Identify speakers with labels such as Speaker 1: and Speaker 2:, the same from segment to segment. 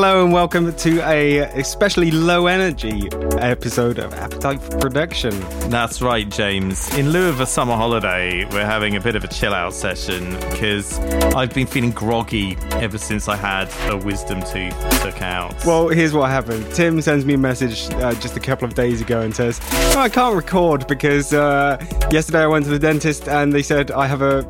Speaker 1: welcome to a especially low energy episode of Appetite for Production.
Speaker 2: That's right, James. In lieu of a summer holiday, we're having a bit of a chill out session because I've been feeling groggy ever since I had a wisdom tooth took out.
Speaker 1: Well, here's what happened. Tim sends me a message uh, just a couple of days ago and says, "Oh, I can't record because uh, yesterday I went to the dentist and they said I have a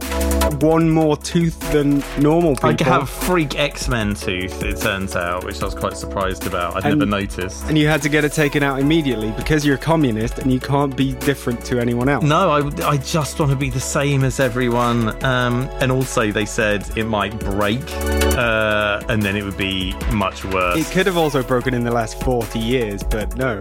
Speaker 1: one more tooth than normal people."
Speaker 2: I have freak X Men tooth, it turns out, which I was quite surprised about. I'd
Speaker 1: And-
Speaker 2: never noticed.
Speaker 1: and you had to get it taken out immediately because you're a communist and you can't be different to anyone else.
Speaker 2: No, I, I just want to be the same as everyone. Um, and also, they said it might break, uh, and then it would be much worse.
Speaker 1: It could have also broken in the last 40 years, but no.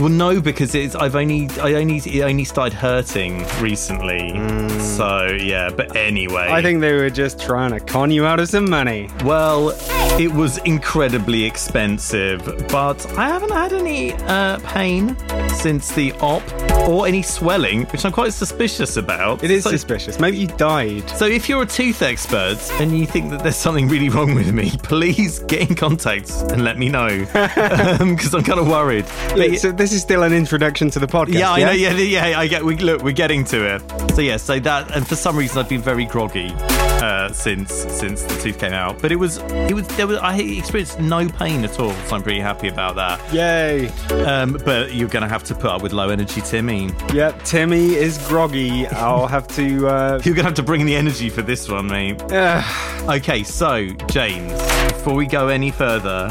Speaker 2: Well, no, because it's I've only I only it only started hurting recently. So yeah, but anyway,
Speaker 1: Mm. I think they were just trying to con you out of some money.
Speaker 2: well, it was incredibly expensive, but I haven't had any uh, pain since the op or any swelling, which I'm quite suspicious about.
Speaker 1: It is
Speaker 2: so,
Speaker 1: suspicious. Maybe you died.
Speaker 2: So if you're a tooth expert and you think that there's something really wrong with me, please get in contact and let me know because I'm kind of worried. But
Speaker 1: Look,
Speaker 2: yeah-
Speaker 1: so this is still an introduction to the podcast. Yeah,
Speaker 2: Yeah, I know. Yeah, yeah, yeah. I get. We look. We're getting to it. So yeah. So that. And for some reason, I've been very groggy uh, since since the tooth came out. But it was it was there was I experienced no pain at all. So I'm pretty happy about that.
Speaker 1: Yay!
Speaker 2: Um, but you're gonna have to put up with low energy Timmy.
Speaker 1: Yep, Timmy is groggy. I'll have to. Uh,
Speaker 2: You're gonna have to bring the energy for this one, mate.
Speaker 1: uh,
Speaker 2: Okay. So James, before we go any further,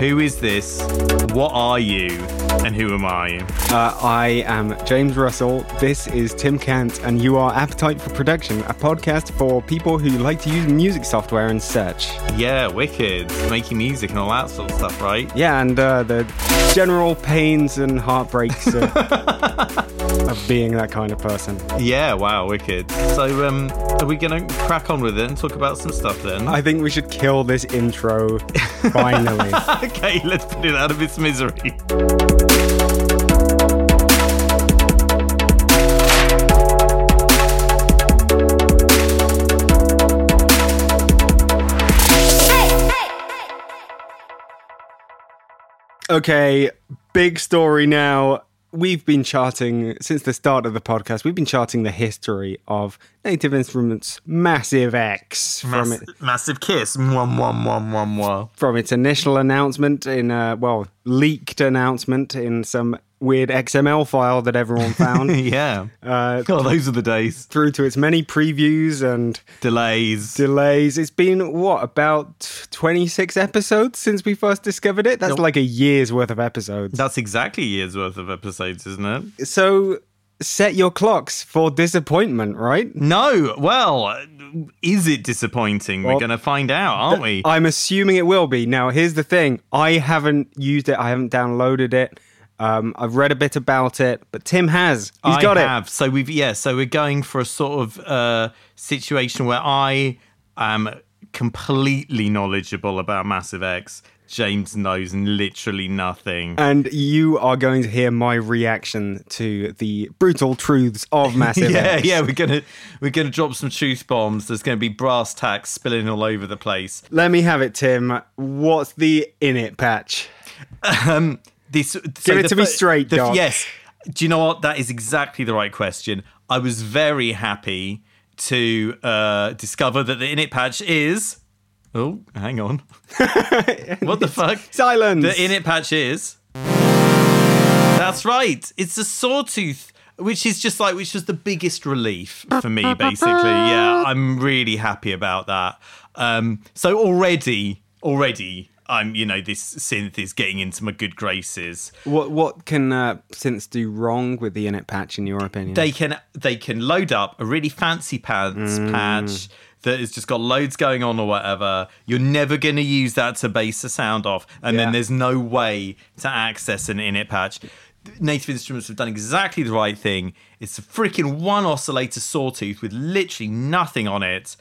Speaker 2: who is this? What are you? And who am I?
Speaker 1: uh, I am James Russell. This is Tim Kant, and you are Appetite for Production, a podcast for people who like to use music software and search.
Speaker 2: Yeah, wicked. Making music and all that sort of stuff, right?
Speaker 1: Yeah, and uh, the general pains and heartbreaks of, of being that kind of person.
Speaker 2: Yeah, wow, wicked. So, um, are we going to crack on with it and talk about some stuff then?
Speaker 1: I think we should kill this intro finally.
Speaker 2: okay, let's put it out of its misery.
Speaker 1: Okay, big story now. We've been charting since the start of the podcast. We've been charting the history of Native Instruments' Massive X from, it,
Speaker 2: massive kiss. Mwah, mwah, mwah, mwah, mwah.
Speaker 1: from its initial announcement in uh, well, leaked announcement in some weird XML file that everyone found,
Speaker 2: Yeah.
Speaker 1: uh,
Speaker 2: God, those are the days.
Speaker 1: through to its many previews and
Speaker 2: Delays.
Speaker 1: delays. It's been what about twenty six episodes since we first discovered it. That's like a year's worth of episodes.
Speaker 2: That's exactly a year's worth of episodes, isn't it?
Speaker 1: So set your clocks for disappointment, right?
Speaker 2: No, well, is it disappointing?
Speaker 1: Well,
Speaker 2: We're going to find out, aren't we?
Speaker 1: I'm assuming it will be. Now, here's the thing I haven't used it, I haven't downloaded it. Um, I've read a bit about it, but Tim has. He's
Speaker 2: I
Speaker 1: got
Speaker 2: have. So we've yeah. So we're going for a sort of uh, situation where I am completely knowledgeable about Massive X. James knows literally nothing.
Speaker 1: it. And you are going to hear my reaction to the brutal truths of Massive
Speaker 2: yeah,
Speaker 1: X.
Speaker 2: yeah. We're gonna we're gonna drop some truth bombs. There's gonna be brass tacks spilling all over the place.
Speaker 1: Let me have it, Tim. What's the in it patch?
Speaker 2: This give
Speaker 1: it to me straight, Doc.
Speaker 2: Yes. Do you know what? That is exactly the right question. I was very happy to uh, discover that the init patch is. Oh, hang on. what the fuck?
Speaker 1: Silence.
Speaker 2: The init patch is. That's right. It's a sawtooth, which is just like, which was the biggest relief for me, basically. Yeah, I'm really happy about that. Um, so already, already, I'm, you know, this synth is getting into my good graces.
Speaker 1: What what can uh, synths do wrong with the in it patch, in your opinion?
Speaker 2: They can they can load up a really fancy pants patch that has just got loads going on or whatever. You're never going to use that to base a sound off, and
Speaker 1: Yeah.
Speaker 2: then there's no way to access an init patch. Native Instruments have done exactly the right thing. It's a freaking one oscillator sawtooth with literally nothing on it.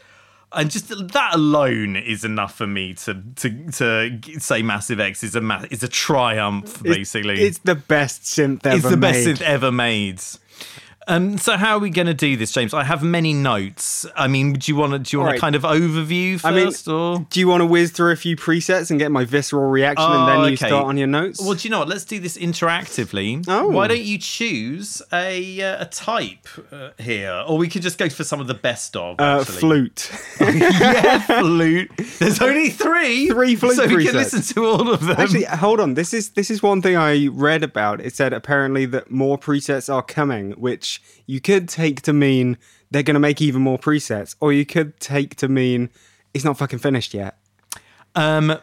Speaker 2: And just that alone is enough for me to to to g- say Massive X is a ma- is a triumph basically.
Speaker 1: It's the best synth ever
Speaker 2: It's the best
Speaker 1: made.
Speaker 2: synth ever made. Um, so how are we going to do this, James? I have many notes. I mean, do you want to do you want
Speaker 1: Right.
Speaker 2: a kind of overview
Speaker 1: I mean,
Speaker 2: first, or
Speaker 1: do you want to whiz through a few presets and get my visceral reaction, and
Speaker 2: Oh,
Speaker 1: then you
Speaker 2: okay.
Speaker 1: start on your notes?
Speaker 2: Well, do you know what? Let's do this interactively.
Speaker 1: Oh.
Speaker 2: Why don't you choose a uh, a type uh, here, or we could just go for some of the best of.
Speaker 1: uh,
Speaker 2: actually.
Speaker 1: flute.
Speaker 2: yeah, flute. There's only three.
Speaker 1: Three flute
Speaker 2: So we
Speaker 1: presets.
Speaker 2: can listen to all of them.
Speaker 1: Actually, hold on. This is this is one thing I read about. It said apparently that more presets are coming, which you could take to mean they're going to make even more presets, or you could take to mean it's not fucking finished yet.
Speaker 2: Um,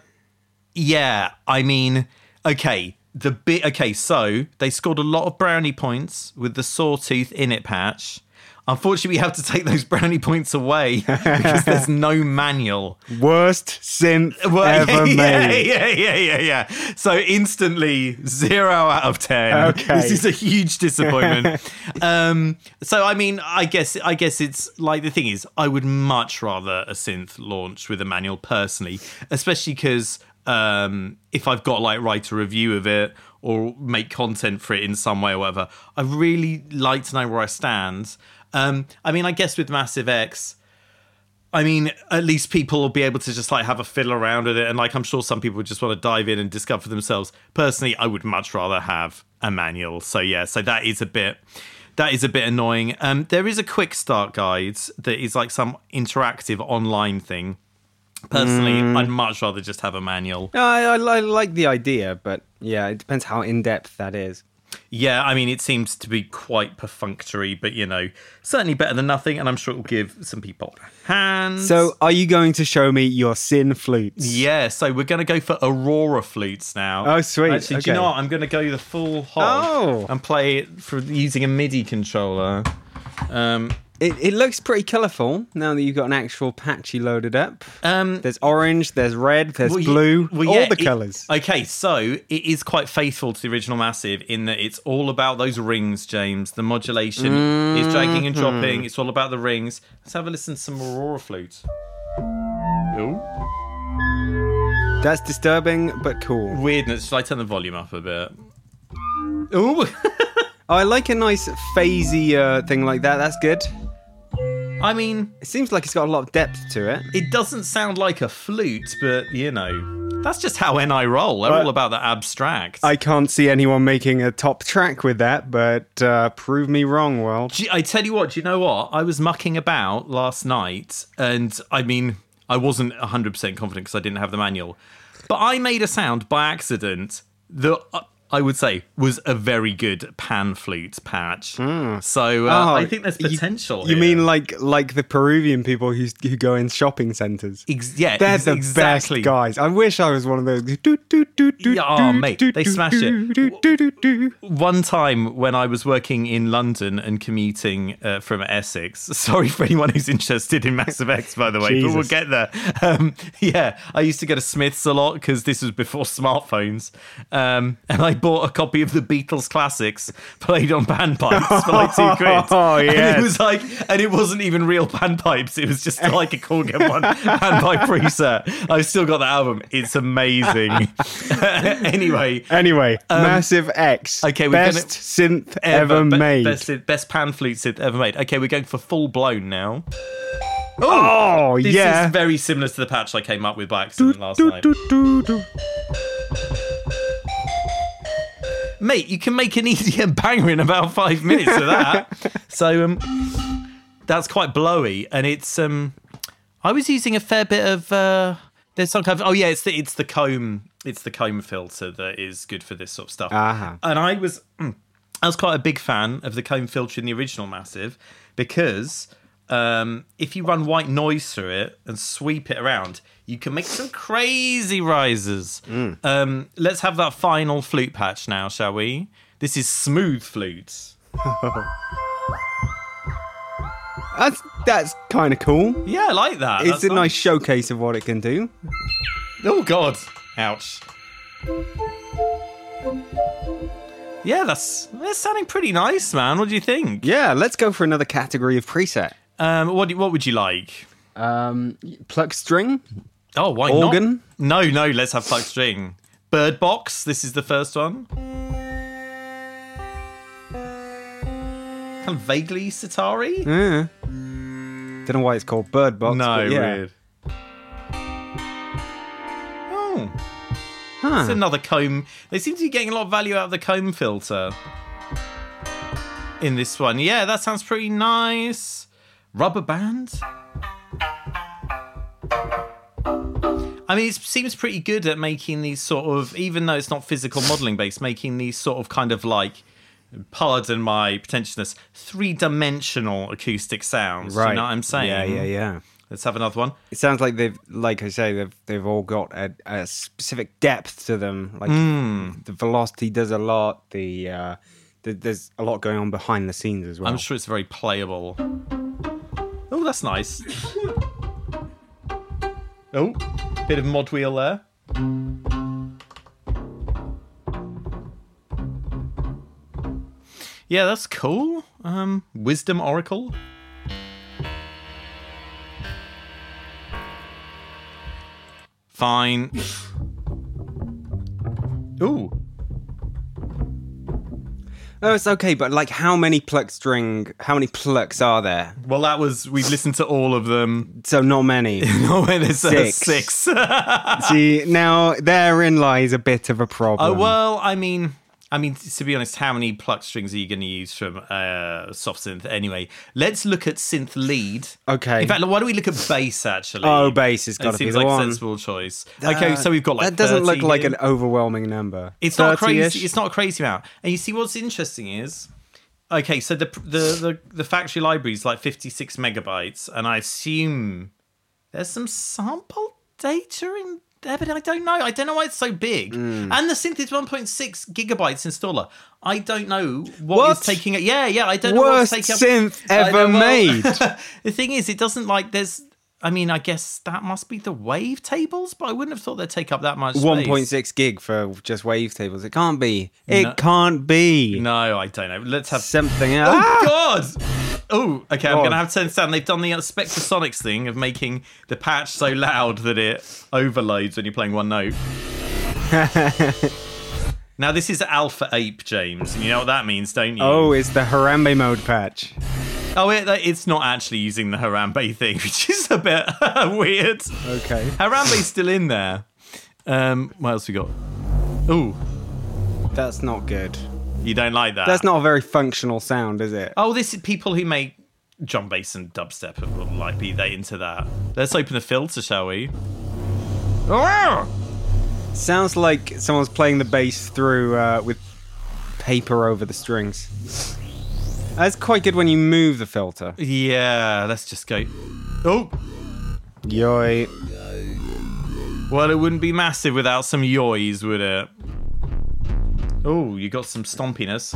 Speaker 2: yeah, I mean, okay, the bit. Okay, so they scored a lot of brownie points with the sawtooth in it patch. Unfortunately, we have to take those brownie points away because there's no manual.
Speaker 1: Worst synth
Speaker 2: Well,
Speaker 1: ever
Speaker 2: yeah,
Speaker 1: made.
Speaker 2: yeah, yeah, yeah, yeah. So instantly zero out of ten.
Speaker 1: Okay.
Speaker 2: this is a huge disappointment. um, so I mean, I guess, I guess it's like the thing is, I would much rather a synth launch with a manual personally, especially because um, if I've got like write a review of it or make content for it in some way or whatever, I really like to know where I stand. Um, I mean, I guess with Massive X. I mean, at least people will be able to just like have a fiddle around with it. And like, I'm sure some people just want to dive in and discover for themselves. Personally, I would much rather have a manual. So, yeah, so that is a bit. That is a bit annoying. Um, there is a quick start guide that is like some interactive online thing. Personally, I'd much rather just have a manual.
Speaker 1: No, I, I, I like the idea, but yeah, it depends how in depth that is.
Speaker 2: Yeah, I mean, it seems to be quite perfunctory, but you know, certainly better than nothing. And I'm sure it'll give some people hands.
Speaker 1: So, are you going to show me your sin flutes?
Speaker 2: Yeah, so we're going to go for Aurora flutes now.
Speaker 1: Oh, sweet,
Speaker 2: Actually, do
Speaker 1: okay.
Speaker 2: you know what? I'm going to go the full hog
Speaker 1: Oh.
Speaker 2: and play it for using a MIDI controller. Um,
Speaker 1: It, it looks pretty colourful now that you've got an actual patchy loaded up.
Speaker 2: um,
Speaker 1: There's orange, there's red, there's
Speaker 2: well, ye-
Speaker 1: blue,
Speaker 2: well,
Speaker 1: all
Speaker 2: yeah,
Speaker 1: the
Speaker 2: it-
Speaker 1: colours.
Speaker 2: Okay, so it is quite faithful to the original Massive in that it's all about those rings, James. The modulation is dragging and dropping.
Speaker 1: Mm-hmm.
Speaker 2: It's all about the rings. Let's have a listen to some Aurora flute.
Speaker 1: That's disturbing, but cool.
Speaker 2: Weirdness. Should I turn the volume up a bit? Ooh.
Speaker 1: I like a nice phasey uh, thing like that. That's good.
Speaker 2: I mean,
Speaker 1: It seems like it's got a lot of depth to it.
Speaker 2: It doesn't sound like a flute, but you know, that's just how NI roll. They're
Speaker 1: Well,
Speaker 2: all about the abstract.
Speaker 1: I can't see anyone making a top track with that, but uh, prove me wrong, world.
Speaker 2: Do- I tell you what, do you know what? I was mucking about last night, and I mean, I wasn't 100% confident because I didn't have the manual, but I made a sound by accident that uh, I would say was a very good pan flute patch. So uh,
Speaker 1: Oh,
Speaker 2: I think there's
Speaker 1: you-
Speaker 2: potential.
Speaker 1: You
Speaker 2: here.
Speaker 1: mean like like the Peruvian people who who go in shopping centers?
Speaker 2: Ex- yeah,
Speaker 1: They're
Speaker 2: ex-
Speaker 1: the
Speaker 2: exactly.
Speaker 1: best guys. I wish I was one of those. Do, do, do, do,
Speaker 2: Yeah, aw,
Speaker 1: do,
Speaker 2: mate,
Speaker 1: do,
Speaker 2: they
Speaker 1: do,
Speaker 2: smash it.
Speaker 1: do, do, do, do, do.
Speaker 2: one time when I was working in London and commuting uh, from Essex. Sorry for anyone who's interested in Massive X, by the way, but we'll
Speaker 1: Jesus.
Speaker 2: get there. Um, yeah, I used to go to Smith's a lot because this was before smartphones, um, and I bought a copy of the Beatles classics played on panpipes for like two quid.
Speaker 1: Oh,
Speaker 2: and
Speaker 1: yes.
Speaker 2: it was like, and it wasn't even real panpipes. It was just like a Korg one panpipe preset. I've still got that album. It's amazing. anyway.
Speaker 1: Anyway, massive X.
Speaker 2: Um, okay, we're
Speaker 1: best synth ever,
Speaker 2: be-
Speaker 1: made.
Speaker 2: Best, best pan flute synth ever made. Okay, we're going for full blown now.
Speaker 1: oh
Speaker 2: This
Speaker 1: yeah.
Speaker 2: is very similar to the patch I came up with by accident last
Speaker 1: Do,
Speaker 2: night.
Speaker 1: do, do, do.
Speaker 2: Mate, you can make an EDM banger in about five minutes of that. so um, that's quite blowy, and it's um, I was using a fair bit of uh, there's some kind of oh yeah, it's the it's the comb it's the comb filter that is good for this sort of stuff.
Speaker 1: Ah.
Speaker 2: And I was mm, I was quite a big fan of the comb filter in the original Massive because um, if you run white noise through it and sweep it around, you can make some crazy rises. Um, let's have that final flute patch now, shall we? This is smooth flute.
Speaker 1: That's that's kind of cool.
Speaker 2: Yeah, I like that.
Speaker 1: It's
Speaker 2: That's
Speaker 1: a nice showcase of what it can do.
Speaker 2: Oh God! Ouch. Yeah, that's that's sounding pretty nice, man. What do you think?
Speaker 1: Yeah, let's go for another category of preset.
Speaker 2: Um, what do- what would you like?
Speaker 1: Um, pluck string.
Speaker 2: Oh, why
Speaker 1: Organ?
Speaker 2: not? No, no. Let's have pluck string. Bird box. This is the first one. kind of vaguely Sitari.
Speaker 1: Yeah. Don't know why it's called Bird Box.
Speaker 2: No,
Speaker 1: but yeah.
Speaker 2: weird. Oh,
Speaker 1: Huh.
Speaker 2: it's another comb. They seem to be getting a lot of value out of the comb filter in this one. Yeah, that sounds pretty nice. Rubber band. I mean, it seems pretty good at making these sort of, even though it's not physical modeling based, making these sort of kind of like, pardon my pretentiousness, three dimensional acoustic sounds. Do
Speaker 1: Right.
Speaker 2: You know what I'm saying?
Speaker 1: Yeah, yeah, yeah.
Speaker 2: Let's have another one.
Speaker 1: It sounds like they've, like I say, they've they've all got a, a specific depth to them. Like
Speaker 2: Hmm.
Speaker 1: the velocity does a lot. The uh, th- there's a lot going on behind the scenes as well.
Speaker 2: I'm sure it's very playable. Oh, that's nice. oh, bit of mod wheel there. Yeah, that's cool. Um, Wisdom Oracle. Fine. Ooh,
Speaker 1: Oh, it's okay, but like, how many pluck string? How many plucks are there?
Speaker 2: well, that was. We've listened to all of them.
Speaker 1: So not many.
Speaker 2: No, there's uh,
Speaker 1: Six.
Speaker 2: six.
Speaker 1: See, now therein lies a bit of a
Speaker 2: Oh
Speaker 1: problem.
Speaker 2: well, I mean, I mean to be honest, how many pluck strings are you going to use from uh, soft synth anyway? Let's look at synth lead.
Speaker 1: Okay.
Speaker 2: In fact, why don't we look at bass actually?
Speaker 1: Oh, bass has
Speaker 2: It
Speaker 1: got to be
Speaker 2: seems
Speaker 1: the
Speaker 2: like
Speaker 1: one.
Speaker 2: a sensible choice. okay, so we've got like
Speaker 1: that doesn't look
Speaker 2: 30
Speaker 1: like
Speaker 2: here.
Speaker 1: an overwhelming number.
Speaker 2: It's not
Speaker 1: 30-ish?
Speaker 2: crazy. It's not a crazy amount. And you see, what's interesting is, okay, so the the the, the factory library is like fifty six megabytes, and I assume there's some sample data in there, but I don't know. I don't know why it's so big.
Speaker 1: Hmm.
Speaker 2: And the synth is one point six gigabytes installer. I don't know
Speaker 1: What?
Speaker 2: what is taking it. Yeah, yeah, I don't know what's
Speaker 1: Worst
Speaker 2: taking up-
Speaker 1: synth
Speaker 2: I know,
Speaker 1: ever
Speaker 2: well,
Speaker 1: made.
Speaker 2: the thing is, it doesn't like there's. I mean, I guess that must be the wave tables, but I wouldn't have thought they'd take up that much.
Speaker 1: One
Speaker 2: space.
Speaker 1: point six gig for just wavetables. It can't be. It
Speaker 2: No.
Speaker 1: can't be.
Speaker 2: No, I don't know. Let's have
Speaker 1: Something else. Ah!
Speaker 2: Oh God! Oh, okay. I'm
Speaker 1: God.
Speaker 2: gonna have to understand. They've done the uh, Spectrasonics thing of making the patch so loud that it overloads when you're playing one note. now this is Alpha Ape, James, and you know what that means, don't you?
Speaker 1: Oh, it's the Harambe mode patch.
Speaker 2: oh, it, it's not actually using the Harambe thing, which is a bit weird.
Speaker 1: Okay.
Speaker 2: Harambe's still in there. Um, what else we got? Oh,
Speaker 1: That's not good.
Speaker 2: you don't like that?
Speaker 1: That's not a very functional sound, is it?
Speaker 2: Oh, this is people who make drum bass and dubstep and will like be they into that. Let's open the filter, shall we? Ah!
Speaker 1: Sounds like someone's playing the bass through uh, with paper over the strings. That's quite good when you move the filter.
Speaker 2: Yeah, let's just go. Oh,
Speaker 1: Yoi.
Speaker 2: well, it wouldn't be massive without some yoys, would it? Oh, you got some stompiness.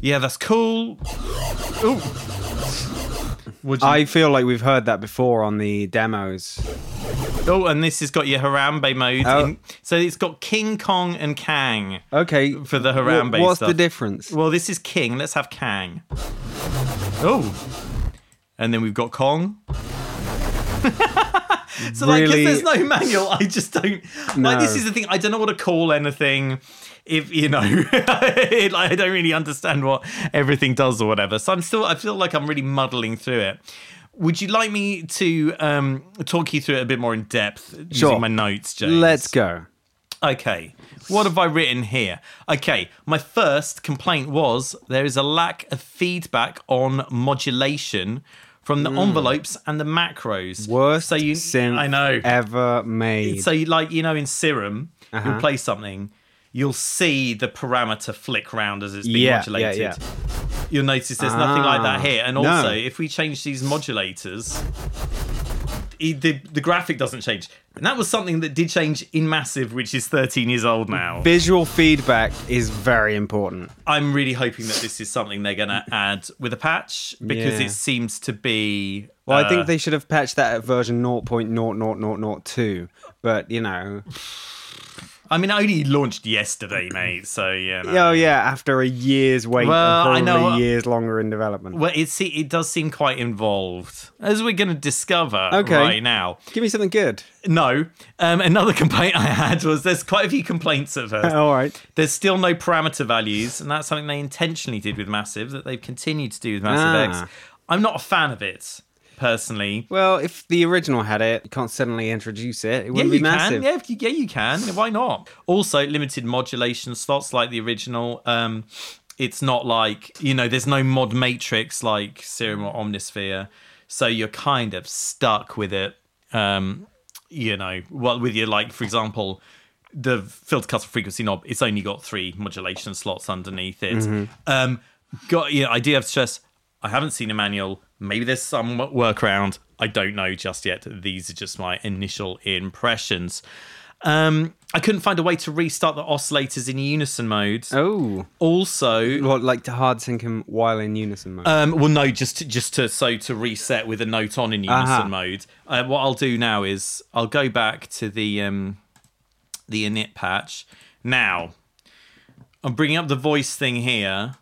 Speaker 2: Yeah, that's cool. Oh, would you?
Speaker 1: I feel like we've heard that before on the demos.
Speaker 2: oh, and this has got your Harambe mode.
Speaker 1: Oh.
Speaker 2: In, so it's got King Kong and Kang.
Speaker 1: Okay.
Speaker 2: For the Harambe
Speaker 1: What's
Speaker 2: stuff.
Speaker 1: the difference?
Speaker 2: Well, this is King. Let's have Kang. Oh. And then we've got Kong. so, like,
Speaker 1: Really?
Speaker 2: if there's no manual, I just don't. Like,
Speaker 1: No.
Speaker 2: this is the thing. I don't know what to call anything. If you know, like, I don't really understand what everything does or whatever. So I'm still. I feel like I'm really muddling through it. Would you like me to um, talk you through it a bit more in depth
Speaker 1: Sure.
Speaker 2: using my notes, James?
Speaker 1: Let's go.
Speaker 2: Okay, what have I written here? Okay, my first complaint was there is a lack of feedback on modulation from the envelopes and the macros.
Speaker 1: Worst
Speaker 2: so you,
Speaker 1: synth
Speaker 2: I know.
Speaker 1: ever made.
Speaker 2: So, you, like you know, in Serum,
Speaker 1: Uh-huh.
Speaker 2: you'll play something, you'll see the parameter flick round as it's being
Speaker 1: Yeah, yeah,
Speaker 2: modulated.
Speaker 1: yeah.
Speaker 2: You'll notice there's nothing like that
Speaker 1: Ah,
Speaker 2: here. And
Speaker 1: no.
Speaker 2: also, if we change these modulators, i- the the graphic doesn't change. And that was something that did change in Massive, which is 13 years old now.
Speaker 1: Visual feedback is very important.
Speaker 2: I'm really hoping that this is something they're going to add with a patch because
Speaker 1: Yeah.
Speaker 2: it seems to be.
Speaker 1: Well, I
Speaker 2: uh,
Speaker 1: think they should have patched that at version 0.00002, but you know,
Speaker 2: I mean, I only launched yesterday, mate. So yeah. no.
Speaker 1: Oh yeah, after a year's wait,
Speaker 2: Well, I
Speaker 1: and
Speaker 2: know- uh,
Speaker 1: probably years longer in development.
Speaker 2: Well, it see, it does seem quite involved, as we're going to discover
Speaker 1: Okay.
Speaker 2: right now.
Speaker 1: Give me something good.
Speaker 2: No, um, another complaint I had was there's quite a few complaints at first.
Speaker 1: All right.
Speaker 2: There's still no parameter values, and that's something they intentionally did with Massive that they've continued to do with Massive
Speaker 1: Ah.
Speaker 2: X. I'm not a fan of it personally.
Speaker 1: Well, if the original had it, you can't suddenly introduce it. It
Speaker 2: Yeah,
Speaker 1: wouldn't
Speaker 2: you
Speaker 1: be massive.
Speaker 2: can. Yeah, if you, yeah, you can. Why not? Also, limited modulation slots like the original. Um, it's not like you know, there's no mod matrix like Serum or Omnisphere, so you're kind of stuck with it. Um, you know, well, with your like, for example, the filter cutoff frequency knob. It's only got three modulation slots underneath it. Um, got yeah, I do have to stress. I haven't seen a manual. Maybe there's some workaround. I don't know just yet. These are just my initial impressions. Um, I couldn't find a way to restart the oscillators in unison mode.
Speaker 1: Oh,
Speaker 2: Also,
Speaker 1: what like to hard sync him while in unison mode?
Speaker 2: um, well, no, just to, just to so to reset with a note on in unison
Speaker 1: Uh-huh.
Speaker 2: mode. Uh, what I'll do now is I'll go back to the um, the init patch. Now, I'm bringing up the voice thing here.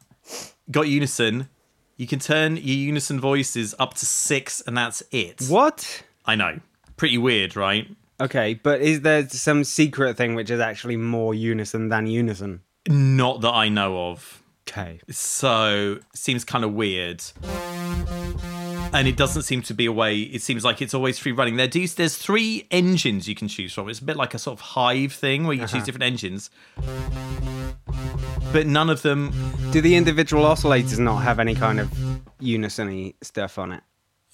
Speaker 2: Got unison. You can turn your unison voices up to six, and that's it.
Speaker 1: what?
Speaker 2: I know. Pretty weird, right?
Speaker 1: Okay, but is there some secret thing which is actually more unison than unison?
Speaker 2: Not that I know of.
Speaker 1: Okay.
Speaker 2: so seems kind of weird and it doesn't seem to be a way it seems like it's always free running there do there's three engines you can choose from it's a bit like a sort of hive thing where you
Speaker 1: Uh-huh.
Speaker 2: choose different engines but none of them
Speaker 1: Do the individual oscillators not have any kind of unison stuff on it?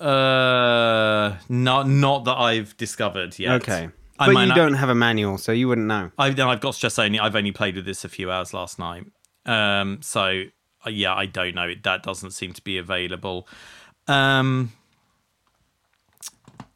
Speaker 2: uh not not that i've discovered yet
Speaker 1: Okay.
Speaker 2: I
Speaker 1: but
Speaker 2: might
Speaker 1: you
Speaker 2: not-
Speaker 1: don't have a manual, so you wouldn't know.
Speaker 2: I've then I've got stress only. I've only played with this a few hours last night. Um, so uh, yeah, I don't know. It that doesn't seem to be available. Um,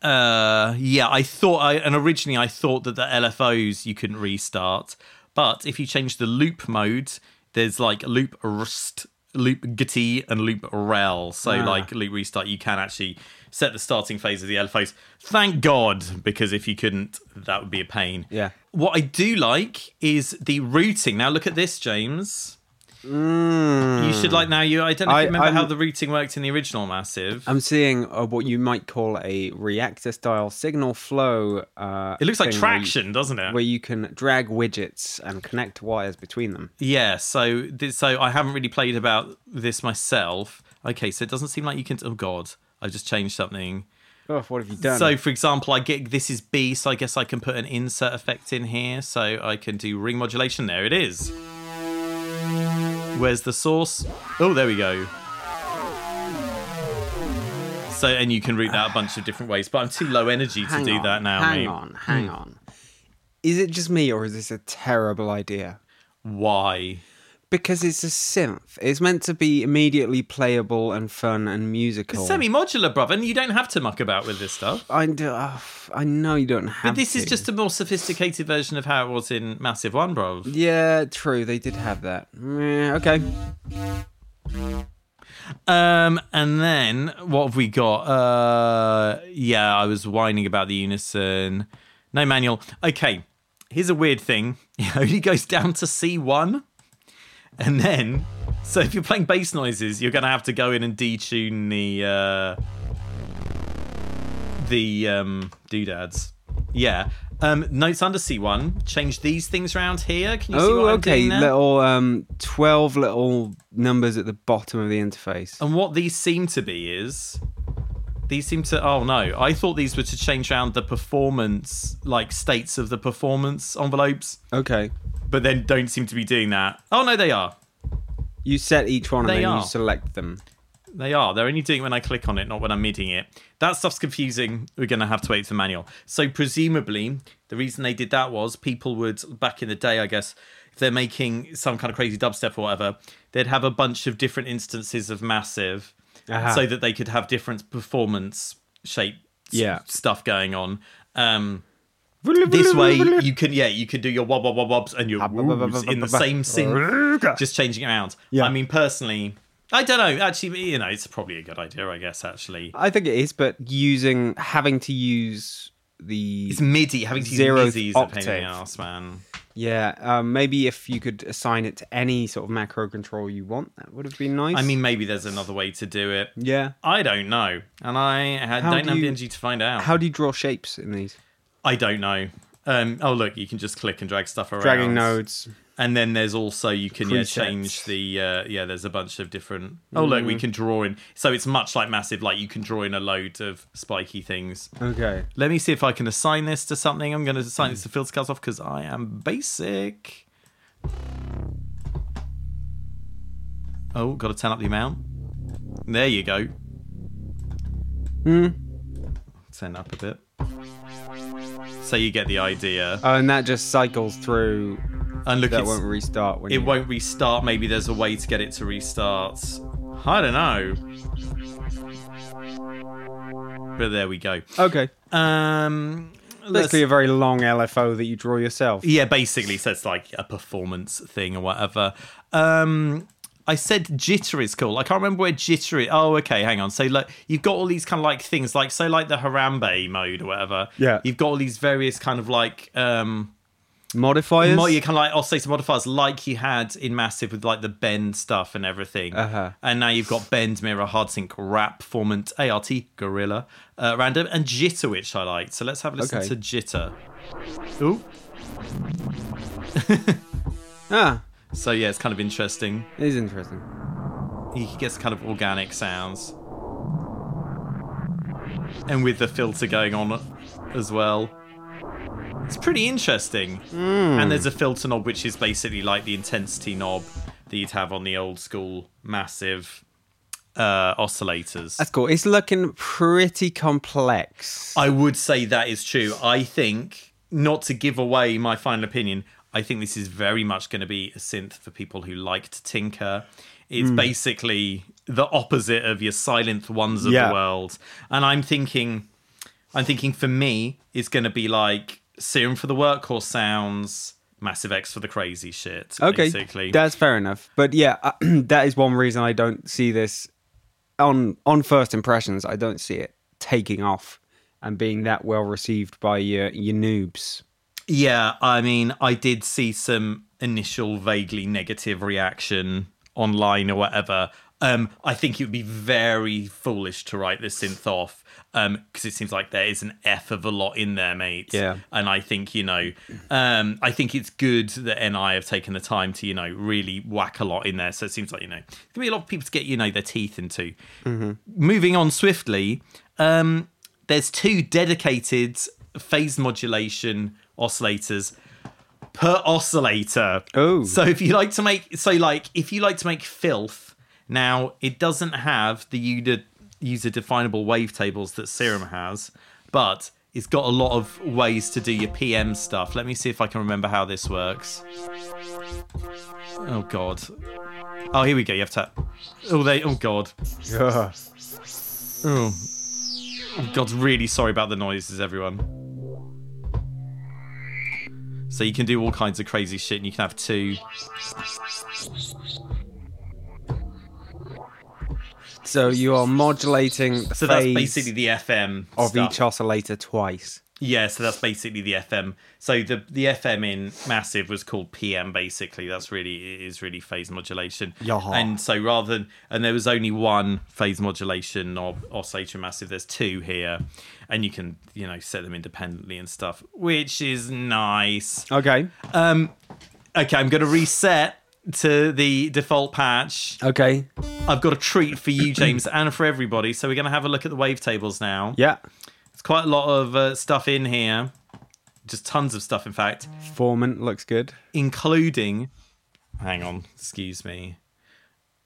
Speaker 2: uh, yeah, I thought I and originally I thought that the LFOs you couldn't restart, but if you change the loop mode, there's like loop rust, loop gitty, and loop rel. So like loop restart, you can actually set the starting phase of the LFOs. Thank God, because if you couldn't, that would be a pain.
Speaker 1: Yeah.
Speaker 2: What I do like is the routing. Now look at this, James. You should like now. You I don't
Speaker 1: Mm.
Speaker 2: know if
Speaker 1: I-
Speaker 2: you remember
Speaker 1: I'm-
Speaker 2: how the routing worked in the original Massive.
Speaker 1: I'm seeing uh, what you might call a reactor style signal flow. Uh,
Speaker 2: it looks like
Speaker 1: thing where you-
Speaker 2: traction, doesn't it?
Speaker 1: Where you can drag widgets and connect wires between them.
Speaker 2: yeah. So th- so I haven't really played about this myself. Okay. So it doesn't seem like you can. Oh God, I've just changed something.
Speaker 1: Oh, what have you done?
Speaker 2: So, for example, I get this is B, so I guess I can put an insert effect in here, so I can do ring modulation. There it is. Where's the source? Oh, there we go. So, and you can route that a bunch of different ways, but I'm too low energy to
Speaker 1: Hang
Speaker 2: do
Speaker 1: on,
Speaker 2: that now,
Speaker 1: Hang
Speaker 2: mate. Hmm.
Speaker 1: on, hang on. Is it just me, or is this a terrible idea?
Speaker 2: Why?
Speaker 1: Because it's a synth. It's meant to be immediately playable and fun and musical.
Speaker 2: Semi modular, brother, and you don't have to muck about with this stuff.
Speaker 1: I, do, uh, I know you don't have.
Speaker 2: But this is
Speaker 1: to.
Speaker 2: just a more sophisticated version of how it was in Massive One, bruv.
Speaker 1: Yeah, true. They did have that. Yeah, okay.
Speaker 2: Um, and then what have we got? Uh, yeah, I was whining about the unison. No manual. Okay, here's a weird thing. It only goes down to C1, and then so if you're playing bass noises, you're gonna have to go in and detune the uh, the um, doodads. Yeah. Um, notes under C1. Change these things around here. Can you see
Speaker 1: Oh,
Speaker 2: what I'm
Speaker 1: okay.
Speaker 2: doing there?
Speaker 1: Little um, twelve little numbers at the bottom of the interface.
Speaker 2: And what these seem to be is these seem to oh no, I thought these were to change around the performance like states of the performance envelopes,
Speaker 1: Okay.
Speaker 2: but then don't seem to be doing that. Oh no, they are.
Speaker 1: You set each one
Speaker 2: They
Speaker 1: and then
Speaker 2: are.
Speaker 1: you select them.
Speaker 2: They are. They're only doing it when I click on it, not when I'm midding it. That stuff's confusing. We're going to have to wait for manual. So presumably, the reason they did that was people would back in the day, I guess, if they're making some kind of crazy dubstep or whatever, they'd have a bunch of different instances of massive,
Speaker 1: Aha.
Speaker 2: so that they could have different performance shape s-
Speaker 1: Yeah.
Speaker 2: stuff going on. Um, this way, you can yeah, you can do your wob wob wob wobs and
Speaker 1: Ah,
Speaker 2: your woos in the same sync just changing it around.
Speaker 1: Yeah.
Speaker 2: I mean, personally, I don't know. Actually, you know, it's probably a good idea, I guess. Actually,
Speaker 1: I think it is, but using having to use the
Speaker 2: It's MIDI, having to use
Speaker 1: Zeroth
Speaker 2: MIDI is a pain in the
Speaker 1: octave.
Speaker 2: ass, man.
Speaker 1: yeah. Um, maybe if you could assign it to any sort of macro control you want, that would have been nice.
Speaker 2: I mean, maybe there's another way to do it.
Speaker 1: yeah.
Speaker 2: I don't know, and I ha-
Speaker 1: How
Speaker 2: don't
Speaker 1: do
Speaker 2: have
Speaker 1: you-
Speaker 2: the energy to find out.
Speaker 1: How do you draw shapes in these?
Speaker 2: I don't know. Um, oh look, you can just click and drag stuff around.
Speaker 1: Dragging nodes.
Speaker 2: and then there's also you can yeah,
Speaker 1: Presets.
Speaker 2: change the uh, yeah. There's a bunch of different. Oh look, we can draw in. So it's much like massive. Like you can draw in a load of spiky things.
Speaker 1: Okay.
Speaker 2: Let me see if I can assign this to something. I'm going to assign this to filter cuts off because I am basic. Oh, got to turn up the amount. There you go.
Speaker 1: Hmm.
Speaker 2: Turn up a bit. So you get the idea.
Speaker 1: Oh, and that just cycles through.
Speaker 2: And look,
Speaker 1: That
Speaker 2: it's,
Speaker 1: won't restart when
Speaker 2: it
Speaker 1: you...
Speaker 2: won't restart. Maybe there's a way to get it to restart. I don't know. But there we go.
Speaker 1: Okay.
Speaker 2: Um, let's-
Speaker 1: Basically, a very long LFO that you draw yourself.
Speaker 2: Yeah, basically, so it's like a performance thing or whatever. Um, I said jitter is cool. I can't remember where jitter is. Oh, okay, hang on. So like you've got all these kind of like things, like so like the Harambe mode or whatever.
Speaker 1: Yeah.
Speaker 2: you've got all these various kind of like um,
Speaker 1: Modifiers.
Speaker 2: mo- you kind of like I'll say some modifiers like you had in Massive with like the bend stuff and everything.
Speaker 1: Uh-huh.
Speaker 2: And now you've got bend, mirror, hard sync, wrap, formant, ART, gorilla, uh, random, and jitter, which I liked. So let's have a listen
Speaker 1: Okay.
Speaker 2: to jitter. Ooh.
Speaker 1: ah,
Speaker 2: So yeah, it's kind of interesting.
Speaker 1: it is interesting.
Speaker 2: He gets kind of organic sounds. And with the filter going on as well. It's pretty interesting. And there's a filter knob which is basically like the intensity knob that you'd have on the old school massive uh, oscillators.
Speaker 1: That's cool. It's looking pretty complex.
Speaker 2: I would say that is true. I think, not to give away my final opinion, I think this is very much going to be a synth for people who like to tinker. It's
Speaker 1: Hmm.
Speaker 2: basically the opposite of your silent ones of
Speaker 1: Yeah.
Speaker 2: the world. And I'm thinking, I'm thinking for me, it's going to be like Serum for the Workhorse sounds, Massive X for the crazy shit.
Speaker 1: Okay,
Speaker 2: Basically.
Speaker 1: that's fair enough. But yeah, uh, that is one reason I don't see this on on first impressions. I don't see it taking off and being that well received by your your noobs.
Speaker 2: Yeah, I mean, I did see some initial vaguely negative reaction online or whatever. Um, I think it would be very foolish to write this synth off because it seems like there is an F of a lot in there, mate.
Speaker 1: Yeah.
Speaker 2: And I think, you know, um, I think it's good that NI have taken the time to, you know, really whack a lot in there. So it seems like, you know, there's going to be a lot of people to get, you know, their teeth into. Moving on swiftly, um, there's two dedicated phase modulation oscillators per oscillator.
Speaker 1: Oh.
Speaker 2: So if you like to make, so like, if you like to make filth, now it doesn't have the user, user definable wavetables that Serum has, but it's got a lot of ways to do your PM stuff. Let me see if I can remember how this works. Oh God. Oh, here we go. You have to. Oh, they. Oh God. Oh. Oh, God, really sorry about the noises, everyone. So you can do all kinds of crazy shit, and you can have two.
Speaker 1: So you are modulating the
Speaker 2: So that's
Speaker 1: phase
Speaker 2: basically the FM
Speaker 1: of
Speaker 2: stuff.
Speaker 1: each oscillator twice.
Speaker 2: Yeah, so that's basically the FM. So the the FM in Massive was called PM. Basically, that's really it is really phase modulation.
Speaker 1: Yeah.
Speaker 2: And so rather than and there was only one phase modulation knob oscillator in Massive. There's two here, and you can you know set them independently and stuff, which is nice.
Speaker 1: Okay.
Speaker 2: Um, Okay, I'm going to reset to the default patch.
Speaker 1: Okay.
Speaker 2: I've got a treat for you, James, and for everybody. So we're going to have a look at the wavetables now.
Speaker 1: Yeah.
Speaker 2: It's quite a lot of uh, stuff in here. Just tons of stuff, in fact,
Speaker 1: Formant looks good.
Speaker 2: including. Hang on, excuse me.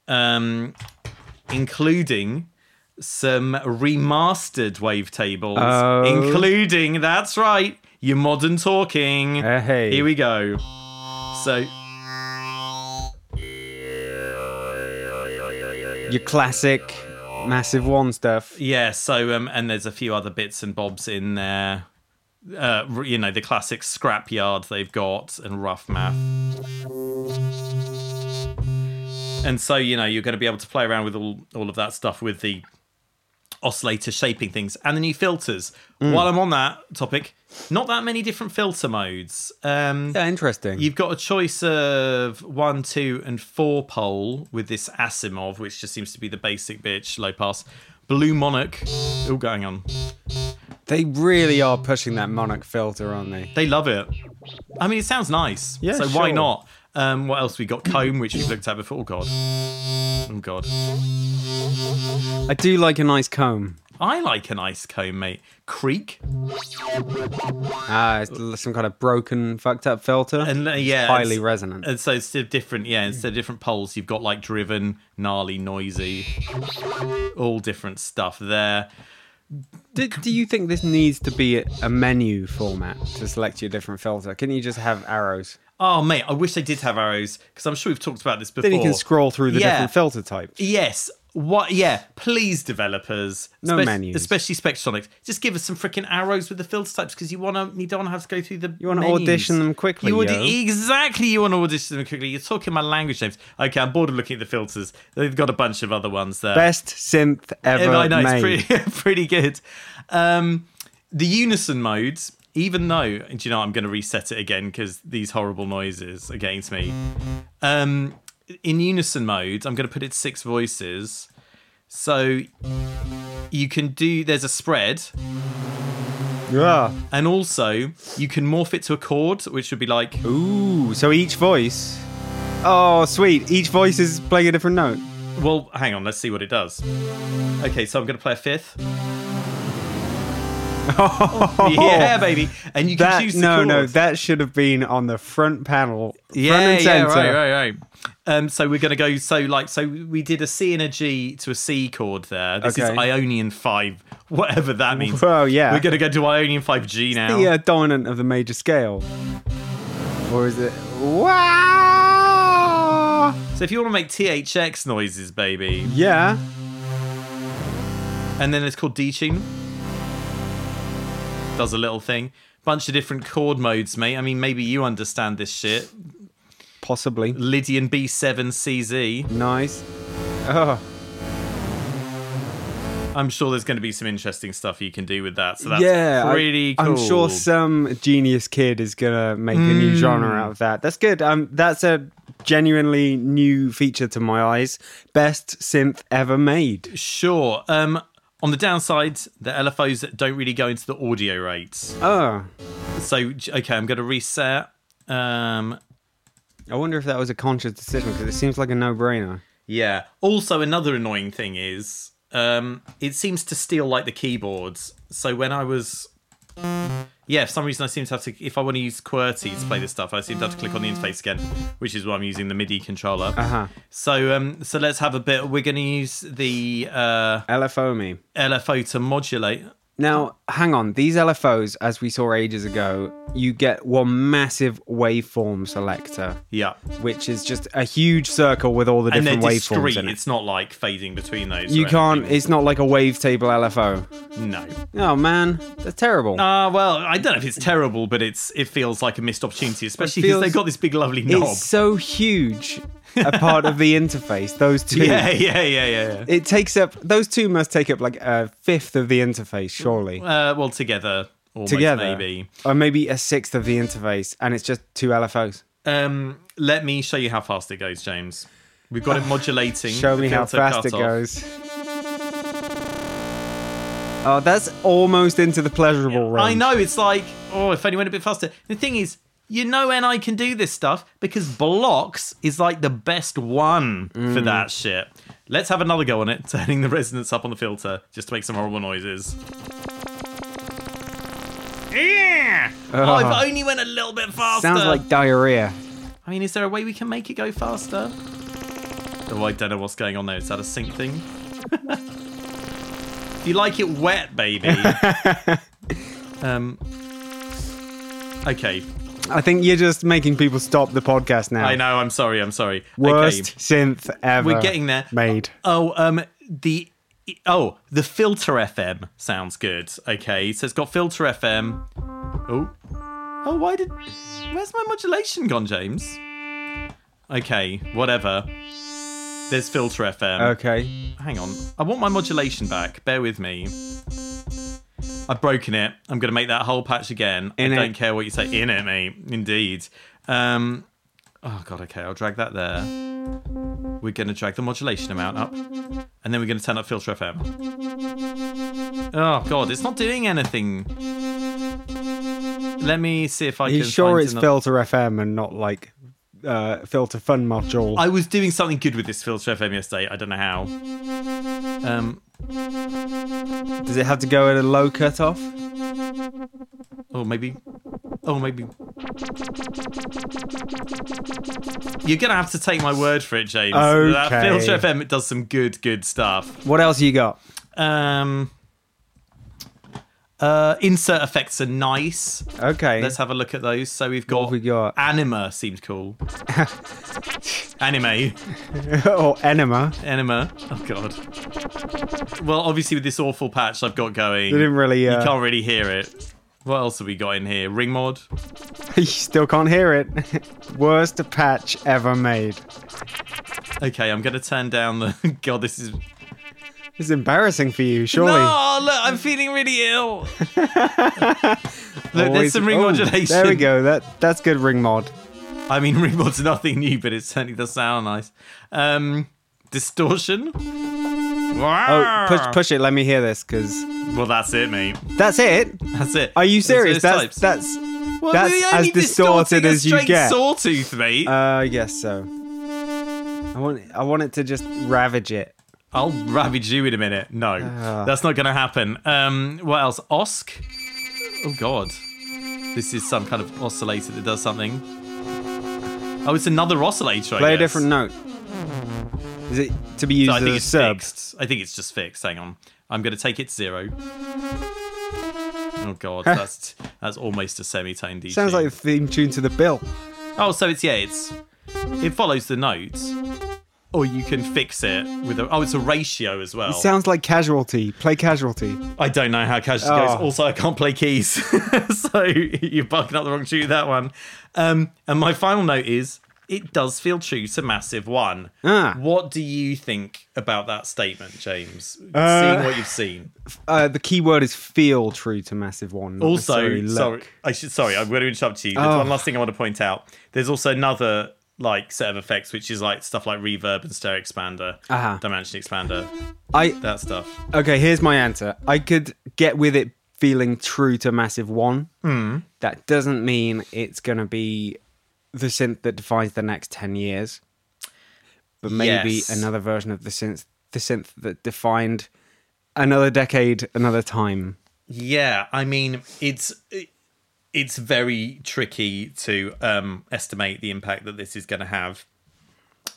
Speaker 2: Um, including some remastered wavetables,
Speaker 1: Oh.
Speaker 2: including that's right, your modern talking.
Speaker 1: Uh, hey.
Speaker 2: Here we go. So
Speaker 1: Your classic massive one stuff.
Speaker 2: Yeah, so um, and there's a few other bits and bobs in there. Uh, r- you know the classic scrapyard they've got and rough math. And so you know you're going to be able to play around with all all of that stuff with the oscillator shaping things and the new filters. While I'm on that topic, not that many different filter modes. Um,
Speaker 1: Yeah, interesting.
Speaker 2: You've got a choice of one, two, and four pole with this Asimov, which just seems to be the basic bitch, low pass. Blue Monarch, all going on.
Speaker 1: They really are pushing that monarch filter, aren't they?
Speaker 2: They love it. I mean, it sounds nice.
Speaker 1: Yeah,
Speaker 2: So why
Speaker 1: sure.
Speaker 2: not? Um, what else we got? Comb, which we've looked at before. Oh god. Oh god.
Speaker 1: I do like a nice comb.
Speaker 2: I like an ice comb, mate. Creek.
Speaker 1: Ah, it's l- some kind of broken, fucked up filter.
Speaker 2: And uh, yeah,
Speaker 1: highly
Speaker 2: it's-
Speaker 1: resonant.
Speaker 2: And so instead of different, yeah, instead of different poles, you've got like driven, gnarly, noisy, all different stuff there.
Speaker 1: do, do you think this needs to be a- a menu format to select your different filter? Can you just have arrows?
Speaker 2: Oh mate, I wish they did have arrows because I'm sure we've talked about this before.
Speaker 1: Then you can scroll through the
Speaker 2: Yeah.
Speaker 1: different filter types.
Speaker 2: Yes. What? Yeah. Please, developers.
Speaker 1: No
Speaker 2: especially,
Speaker 1: menus.
Speaker 2: Especially Spectronics. Just give us some freaking arrows with the filter types because you want to. You don't want to have to go through the.
Speaker 1: You wanna
Speaker 2: menus.
Speaker 1: audition them quickly,
Speaker 2: You audi-
Speaker 1: yo.
Speaker 2: exactly. You want to audition them quickly. You're talking my language names. Okay, I'm bored of looking at the filters. They've got a bunch of other ones there.
Speaker 1: Best synth ever
Speaker 2: Yeah, I know
Speaker 1: made.
Speaker 2: it's pretty pretty good. Um, the unison modes, even though do you know I'm going to reset it again because these horrible noises against me. Um, in unison mode, I'm going to put it six voices, so you can do. There's a spread,
Speaker 1: Yeah.
Speaker 2: and also you can morph it to a chord, which would be like
Speaker 1: Ooh, so each voice. Oh, sweet. Each voice is playing a different note.
Speaker 2: Well, hang on, let's see what it does. Okay, so I'm going to play a fifth. yeah, baby. And you can
Speaker 1: Oh. That,
Speaker 2: choose the
Speaker 1: no, no,
Speaker 2: chords.
Speaker 1: that should have been on the front panel. front
Speaker 2: yeah,
Speaker 1: and
Speaker 2: yeah,
Speaker 1: center.
Speaker 2: right, right, right. Um, so we're going to go. So like, so we did a C and a G to a C chord there. This is
Speaker 1: Okay.
Speaker 2: Ionian five, whatever that means.
Speaker 1: Well, yeah.
Speaker 2: We're going to go to Ionian five G now.
Speaker 1: the uh, dominant of the major scale? Or is it. Wow!
Speaker 2: So if you want to make THX noises, baby,
Speaker 1: Yeah.
Speaker 2: and then it's called D tune. Does a little thing. Bunch of different chord modes, mate. I mean, maybe you understand this shit.
Speaker 1: Possibly.
Speaker 2: Lydian B7CZ.
Speaker 1: Nice. Oh,
Speaker 2: I'm sure there's going to be some interesting stuff you can do with that. So that's
Speaker 1: yeah. I-
Speaker 2: pretty cool.
Speaker 1: I'm sure some genius kid is gonna make a new
Speaker 2: Hmm.
Speaker 1: genre out of that. That's good. Um, that's a genuinely new feature to my eyes. Best synth ever made.
Speaker 2: Sure. Um, on the downside, the LFOs don't really go into the audio rates.
Speaker 1: Oh,
Speaker 2: So, j- okay, I'm going to reset. Um,
Speaker 1: I wonder if that was a conscious decision because it seems like a no-brainer.
Speaker 2: yeah. Also, another annoying thing is um, it seems to steal like the keyboards. So when I was. Yeah, for some reason I seem to have to. If I want to use QWERTY to play this stuff, I seem to have to click on the interface again, which is why I'm using the MIDI controller.
Speaker 1: Uh huh.
Speaker 2: So, um, so let's have a bit. We're going to use the uh,
Speaker 1: LFO me.
Speaker 2: LFO to modulate.
Speaker 1: Now, hang on. These LFOs, as we saw ages ago, you get one massive waveform selector,
Speaker 2: Yeah,
Speaker 1: which is just a huge circle with all the
Speaker 2: and they're
Speaker 1: different waveforms
Speaker 2: discrete.
Speaker 1: in it.
Speaker 2: It's not like fading between those.
Speaker 1: You
Speaker 2: or
Speaker 1: can't. It's not like a wavetable LFO.
Speaker 2: anything. No.
Speaker 1: Oh man, that's terrible.
Speaker 2: Uh, well, I don't know if it's terrible, but it's it feels like a missed opportunity, especially because
Speaker 1: feels-
Speaker 2: they've got this big lovely knob.
Speaker 1: it's so huge. a part of the interface. Those two.
Speaker 2: Yeah, yeah, yeah, yeah.
Speaker 1: It takes up. Those two must take up like a fifth of the interface, surely.
Speaker 2: yeah. Uh, well, together, almost
Speaker 1: Together,
Speaker 2: maybe.
Speaker 1: or maybe a sixth of the interface, and it's just two LFOs.
Speaker 2: Um, let me show you how fast it goes, James. We've got it modulating.
Speaker 1: Mm-hmm. Show
Speaker 2: the
Speaker 1: me how
Speaker 2: filter
Speaker 1: fast it
Speaker 2: cut off.
Speaker 1: goes. Oh, that's almost into the pleasurable range.
Speaker 2: I know it's like, oh, if only went a bit faster. The thing is, you know, NI can do this stuff because blocks is like the best one
Speaker 1: Mm.
Speaker 2: for that shit. Let's have another go on it, turning the resonance up on the filter just to make some horrible noises. Yeah! Oh, if only went a little bit faster.
Speaker 1: Sounds like diarrhea.
Speaker 2: I mean, is there a way we can make it go faster? Oh, I don't know what's going on there. Is that a sync thing? if you like it wet, baby. um. Okay.
Speaker 1: I think you're just making people stop the podcast now.
Speaker 2: I know. I'm sorry. I'm sorry.
Speaker 1: Worst
Speaker 2: Okay.
Speaker 1: synth ever.
Speaker 2: We're getting there.
Speaker 1: Made.
Speaker 2: Oh, um, the oh, the filter FM sounds good. Okay, so it's got filter FM. Oh, oh, why did? Where's my modulation gone, James? Okay, whatever. There's Filter FM.
Speaker 1: Okay.
Speaker 2: Hang on. I want my modulation back. Bear with me. I've broken it. I'm going to make that whole patch again.
Speaker 1: In
Speaker 2: I
Speaker 1: it.
Speaker 2: don't care what you say. In it, mate. Indeed. Um, oh, God. Okay. I'll drag that there. We're going to drag the modulation amount up. And then we're going to turn up Filter FM. Oh, God. It's not doing anything. Let me see if I
Speaker 1: Are you
Speaker 2: can.
Speaker 1: sure
Speaker 2: find
Speaker 1: it's
Speaker 2: another-
Speaker 1: Filter FM and not like uh, Filter Fun module?
Speaker 2: I was doing something good with this Filter FM yesterday. I don't know how. Um,
Speaker 1: Does it have to go at a low cutoff?
Speaker 2: Oh, maybe. Oh, maybe. You're gonna have to take my word for it, James. That
Speaker 1: Okay.
Speaker 2: Filter FM does some good, good stuff.
Speaker 1: What else you got?
Speaker 2: Um, uh, insert effects are nice.
Speaker 1: Okay.
Speaker 2: Let's have a look at those. So we've got,
Speaker 1: have we got?
Speaker 2: anima seems cool. Anime,
Speaker 1: or enema.
Speaker 2: anima. Oh god. Well, obviously with this awful patch I've got going,
Speaker 1: They didn't really.
Speaker 2: you
Speaker 1: Uh,
Speaker 2: can't really hear it. What else have we got in here? Ring mod.
Speaker 1: you still can't hear it. Worst patch ever made.
Speaker 2: Okay, I'm gonna turn down the. God, this is.
Speaker 1: It's embarrassing for you, surely.
Speaker 2: No, look, I'm feeling really ill. look, there's
Speaker 1: Always-
Speaker 2: some ring
Speaker 1: Oh,
Speaker 2: modulation.
Speaker 1: There we go. That that's good ring mod.
Speaker 2: I mean, ring mod's nothing new, but it certainly does sound nice. Um, distortion.
Speaker 1: Oh,
Speaker 2: Wow.
Speaker 1: push push it. Let me hear this, because
Speaker 2: Well, that's it, mate.
Speaker 1: that's it.
Speaker 2: That's it.
Speaker 1: Are you serious?
Speaker 2: Those are
Speaker 1: That's
Speaker 2: those
Speaker 1: that's
Speaker 2: Well,
Speaker 1: that's
Speaker 2: the
Speaker 1: as
Speaker 2: only
Speaker 1: distorted
Speaker 2: distorting a
Speaker 1: as you
Speaker 2: straight
Speaker 1: get.
Speaker 2: Sawtooth, mate.
Speaker 1: Uh, yes, so. I want I want it to just ravage it.
Speaker 2: I'll ravage you in a minute. No,
Speaker 1: Ah.
Speaker 2: that's not going to happen. Um, what else? Osk? Oh, God. This is some kind of oscillator that does something. Oh, it's another oscillator. I
Speaker 1: Play a
Speaker 2: guess.
Speaker 1: different note. Is it to be used
Speaker 2: So I
Speaker 1: as
Speaker 2: think
Speaker 1: a
Speaker 2: it's
Speaker 1: sub?
Speaker 2: fixed. I think it's just fixed. Hang on. I'm going to take it to zero. Oh, God. that's that's almost a semitone D.
Speaker 1: Sounds like the theme tune to the bill.
Speaker 2: Oh, so it's, yeah, it's. It follows the notes. Or you can fix it with a. Oh, it's a ratio as well.
Speaker 1: Sounds like casualty. Play casualty.
Speaker 2: I don't know how casual
Speaker 1: Oh.
Speaker 2: goes. Also, I can't play keys, so you're barking up the wrong tree with that one. Um, and my final note is it does feel true to Massive One.
Speaker 1: Ah.
Speaker 2: What do you think about that statement, James?
Speaker 1: Uh,
Speaker 2: Seeing what you've seen.
Speaker 1: Uh, the key word is feel true to massive one. not
Speaker 2: Also,
Speaker 1: necessarily look.
Speaker 2: sorry, I should sorry, I'm going to interrupt you. There's
Speaker 1: Oh.
Speaker 2: one last thing I want to point out. There's also another like set of effects, which is like stuff like reverb and stereo expander,
Speaker 1: Uh-huh.
Speaker 2: dimension expander,
Speaker 1: I
Speaker 2: that stuff.
Speaker 1: okay. Here's my answer. I could get with it feeling true to massive one. That doesn't mean it's gonna be the synth that defines the next ten years. But maybe
Speaker 2: Yes.
Speaker 1: another version of the synth, the synth that defined another decade, another time.
Speaker 2: Yeah, I mean it's it- it's very tricky to um, estimate the impact that this is going to have.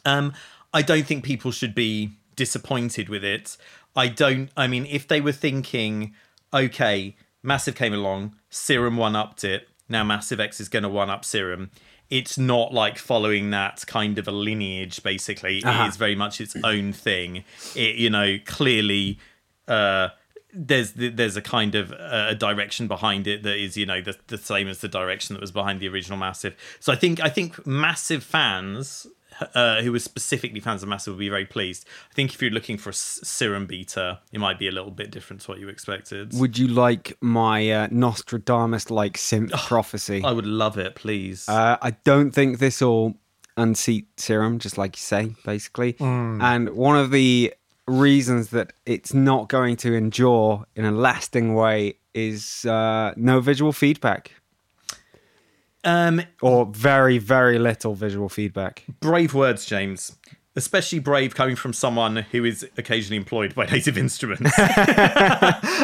Speaker 2: Um, I don't think people should be disappointed with it. I don't. I mean, if they were thinking, okay, Massive came along, Serum one upped it. Now Massive X is going to one up Serum. It's not like following that kind of a lineage. Basically, It is very much its own thing. It, you know, clearly. Uh, there's there's a kind of uh, a direction behind it that is you know the, the same as the direction that was behind the original massive so i think i think massive fans uh, who were specifically fans of massive will be very pleased i think if you're looking for a s- serum beta it might be a little bit different to what you expected
Speaker 1: Would you like my uh, Nostradamus-like synth prophecy?
Speaker 2: i would love it please
Speaker 1: Uh, I don't think this will unseat Serum, just like you say, basically.
Speaker 2: Mm.
Speaker 1: And one of the reasons that it's not going to endure in a lasting way is uh, no visual feedback,
Speaker 2: um
Speaker 1: or very, very little visual feedback.
Speaker 2: brave words james especially brave coming from someone who is occasionally employed by native instruments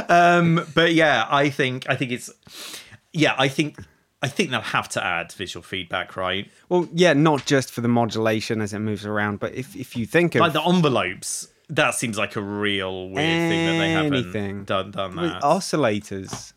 Speaker 2: Um, but yeah, I think I think it's yeah, I think I think they'll have to add visual feedback, right?
Speaker 1: Well, yeah, not just for the modulation as it moves around, but if, if you think of
Speaker 2: Like the envelopes, that seems like a real weird thing that they haven't
Speaker 1: Anything.
Speaker 2: done done
Speaker 1: with
Speaker 2: that.
Speaker 1: oscillators,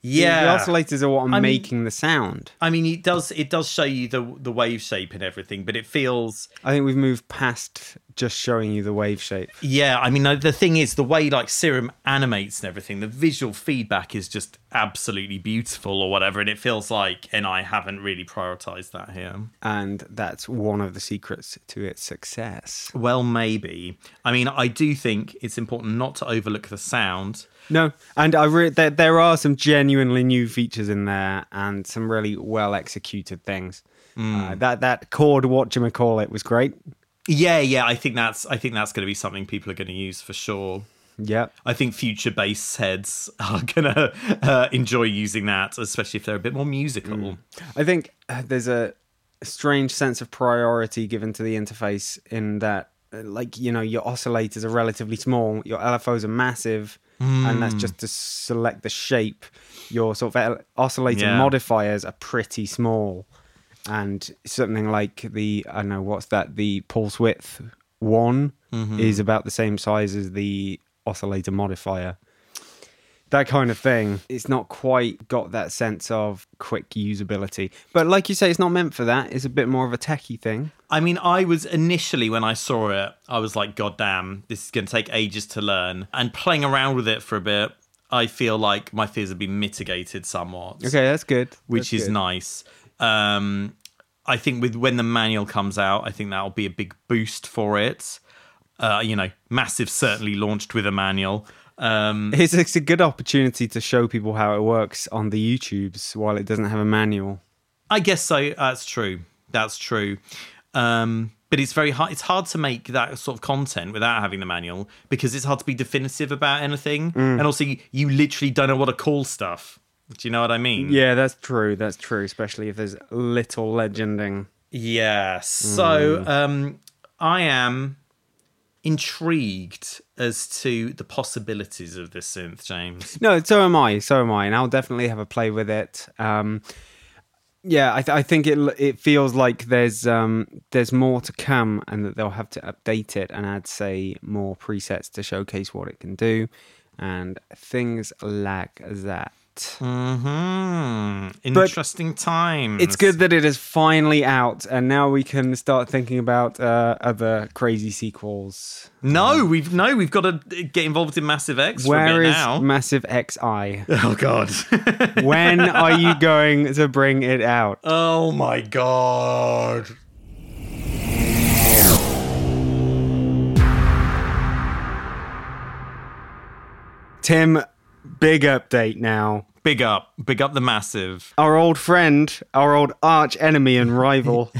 Speaker 2: yeah,
Speaker 1: the oscillators are what are
Speaker 2: mean-
Speaker 1: making the sound.
Speaker 2: I mean, it does it does show you the the wave shape and everything, but it feels
Speaker 1: I think we've moved past just showing you the wave shape.
Speaker 2: Yeah, I mean uh, the thing is the way like Serum animates and everything, the visual feedback is just absolutely beautiful or whatever, and it feels like and I haven't really prioritized that here.
Speaker 1: And that's one of the secrets to its success.
Speaker 2: Well, maybe. I mean, I do think it's important not to overlook the sound.
Speaker 1: No, and I re- there, there are some genuinely new features in there and some really well executed things. Uh, that that chord whatchamacallit was great.
Speaker 2: Yeah, yeah, I think that's I think that's going to be something people are going to use for sure.
Speaker 1: Yeah.
Speaker 2: I think future bass heads are going to uh, enjoy using that, especially if they're a bit more musical.
Speaker 1: I think uh, there's a strange sense of priority given to the interface in that, uh, like, you know, your oscillators are relatively small, your LFOs are massive, and that's just to select the shape. Your sort of el- oscillator
Speaker 2: Yeah.
Speaker 1: modifiers are pretty small. And something like the, I don't know, what's that? The pulse width one is about the same size as the oscillator modifier that kind of thing. It's not quite got that sense of quick usability. But like you say, it's not meant for that. It's a bit more of a techie thing.
Speaker 2: I mean, I was initially when I saw it, I was like, "God damn, this is going to take ages to learn." And playing around with it for a bit, I feel like my fears have been mitigated somewhat,
Speaker 1: Okay, that's good.
Speaker 2: which
Speaker 1: That's
Speaker 2: is
Speaker 1: good.
Speaker 2: nice. Um, I think with when the manual comes out, I think that'll be a big boost for it. Uh, you know, massive certainly launched with a manual. Um,
Speaker 1: It's, it's a good opportunity to show people how it works on the YouTubes while it doesn't have a manual.
Speaker 2: I guess so. That's true. That's true. Um, but it's very hard. It's hard to make that sort of content without having the manual because it's hard to be definitive about anything,
Speaker 1: Mm.
Speaker 2: and also you, you literally don't know what to call stuff. Do you know what I mean?
Speaker 1: Yeah, that's true. That's true, especially if there's little legending.
Speaker 2: Yeah. So
Speaker 1: Mm.
Speaker 2: um, I am intrigued as to the possibilities of this synth, James.
Speaker 1: No, so am I. So am I, and I'll definitely have a play with it. Um, yeah, I, th- I think it l- it feels like there's um, there's more to come, and that they'll have to update it and add say more presets to showcase what it can do, and things like that.
Speaker 2: Hmm. Interesting times.
Speaker 1: Mm-hmm. It's good that it is finally out, and now we can start thinking about uh, other crazy sequels.
Speaker 2: No, we've no, we've got to get involved in Massive X. for a
Speaker 1: Where
Speaker 2: bit
Speaker 1: is
Speaker 2: now.
Speaker 1: Massive XI?
Speaker 2: Oh god.
Speaker 1: when are you going to bring it out?
Speaker 2: oh my god.
Speaker 1: Tim, big update now.
Speaker 2: Big up, big up the massive.
Speaker 1: our old friend, our old arch enemy and rival,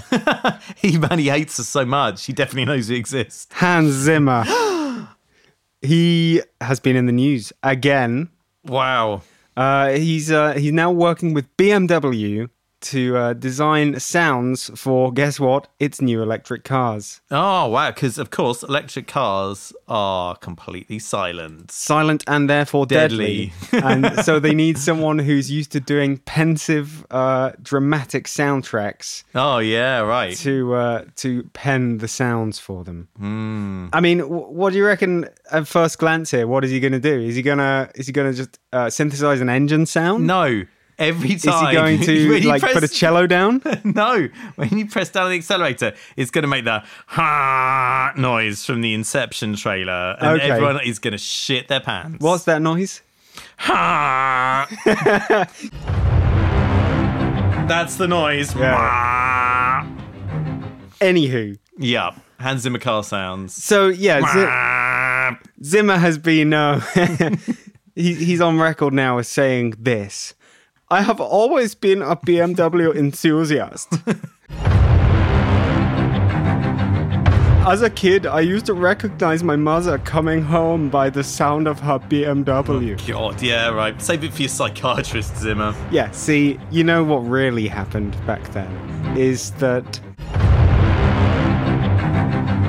Speaker 2: He man, he hates us so much. He definitely knows we exist.
Speaker 1: Hans Zimmer. he has been in the news again.
Speaker 2: Wow.
Speaker 1: Uh, he's uh, he's now working with BMW to uh, design sounds for guess what? It's new electric cars.
Speaker 2: Oh wow, because of course electric cars are completely silent.
Speaker 1: Silent and therefore deadly.
Speaker 2: Deadly.
Speaker 1: and so they need someone who's used to doing pensive, uh, dramatic soundtracks.
Speaker 2: Oh yeah, right.
Speaker 1: to uh, to pen the sounds for them.
Speaker 2: Hmm.
Speaker 1: I mean, wh- what do you reckon at first glance here? What is he going to do? Is he gonna is he gonna just uh, synthesize an engine sound?
Speaker 2: No. Every
Speaker 1: Is
Speaker 2: time
Speaker 1: he going to
Speaker 2: when you
Speaker 1: like put a
Speaker 2: press-
Speaker 1: cello down?
Speaker 2: No, when you press down the accelerator, it's going to make the ha noise from the Inception trailer, and
Speaker 1: Okay.
Speaker 2: everyone is going to shit their pants.
Speaker 1: What's that noise?
Speaker 2: Ha! That's the noise. Yeah.
Speaker 1: Anywho,
Speaker 2: yeah. Hans Zimmer car sounds. Ah,
Speaker 1: so yeah, Z-
Speaker 2: Wah.
Speaker 1: Zimmer has been. Uh, he, he's on record now as saying this. I have always been a BMW enthusiast. As a kid, I used to recognize my mother coming home by the sound of her BMW.
Speaker 2: God, yeah, right. Save it for your psychiatrist, Zimmer.
Speaker 1: Yeah, see, you know what really happened back then is that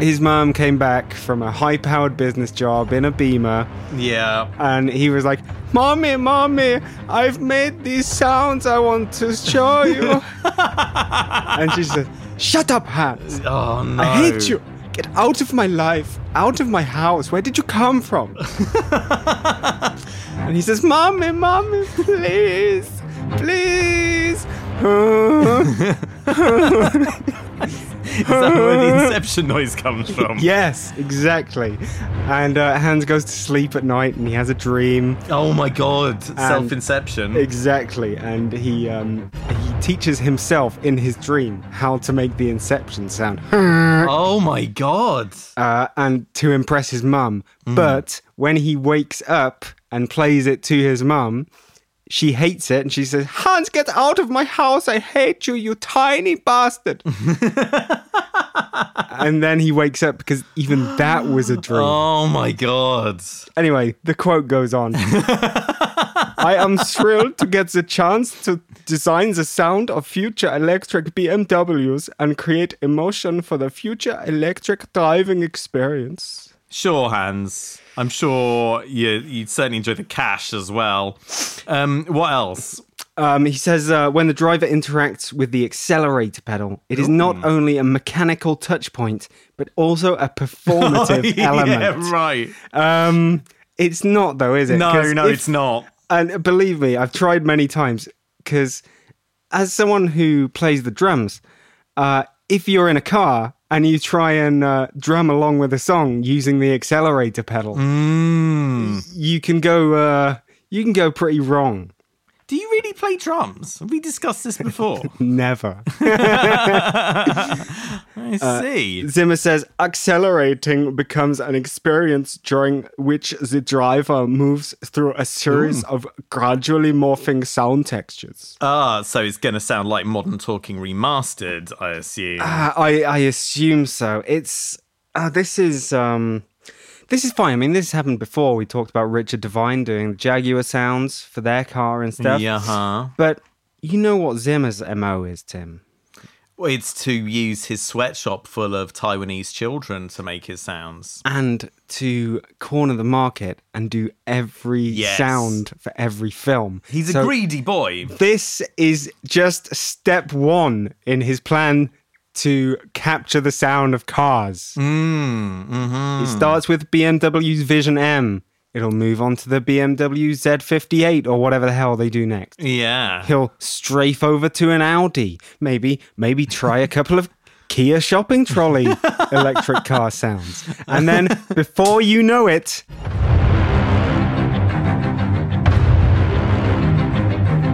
Speaker 1: his mom came back from a high powered business job in a beamer
Speaker 2: Yeah.
Speaker 1: and he was like, "Mommy, mommy, I've made these sounds. I want to show you." and she said, "Shut up, Hans.
Speaker 2: Oh, no.
Speaker 1: I hate you. Get out of my life, out of my house. Where did you come from?" and he says, "Mommy, mommy, please, please."
Speaker 2: Is that where the inception noise comes from?
Speaker 1: Yes, exactly. And uh, Hans goes to sleep at night and he has a dream.
Speaker 2: Oh my god, self inception.
Speaker 1: Exactly. And he um, he teaches himself in his dream how to make the inception sound.
Speaker 2: Oh my god.
Speaker 1: uh, and to impress his mum. But when he wakes up and plays it to his mum, she hates it and she says, Hans, get out of my house. I hate you, you tiny bastard. and then he wakes up because even that was a dream.
Speaker 2: Oh my god.
Speaker 1: Anyway, the quote goes on. I am thrilled to get the chance to design the sound of future electric BMWs and create emotion for the future electric driving experience.
Speaker 2: Sure, Hans. I'm sure you, you'd certainly enjoy the cash as well. Um, what else?
Speaker 1: Um, he says uh, when the driver interacts with the accelerator pedal, it is not only a mechanical touch point, but also a performative
Speaker 2: yeah,
Speaker 1: element.
Speaker 2: right.
Speaker 1: Um, it's not though, is it?
Speaker 2: No,
Speaker 1: 'Cause
Speaker 2: no,
Speaker 1: if-
Speaker 2: it's not.
Speaker 1: And believe me, I've tried many times because, as someone who plays the drums, uh, if you're in a car and you try and uh, drum along with a song using the accelerator pedal, you can go uh, you can go pretty wrong.
Speaker 2: Do you really play drums? Have we discussed this before?
Speaker 1: Never.
Speaker 2: I Uh, see.
Speaker 1: Zimmer says accelerating becomes an experience during which the driver moves through a series of gradually morphing sound textures.
Speaker 2: Ah, so it's going to sound like Modern Talking Remastered, I assume.
Speaker 1: Uh, I I assume so. It's uh, this is um this is fine. I mean, this happened before. We talked about Richard Devine doing the Jaguar sounds for their car and stuff.
Speaker 2: yeah, huh?
Speaker 1: But you know what Zimmer's mo is, Tim.
Speaker 2: Well, it's to use his sweatshop full of Taiwanese children to make his sounds.
Speaker 1: and to corner the market and do every
Speaker 2: Yes.
Speaker 1: sound for every film.
Speaker 2: He's
Speaker 1: So
Speaker 2: a greedy boy.
Speaker 1: This is just step one in his plan to capture the sound of cars. It starts with BMW's Vision M. It'll move on to the BMW Z58 or whatever the hell they do next.
Speaker 2: Yeah.
Speaker 1: He'll strafe over to an Audi. Maybe, maybe try a couple of Kia shopping trolley electric car sounds. And then before you know it,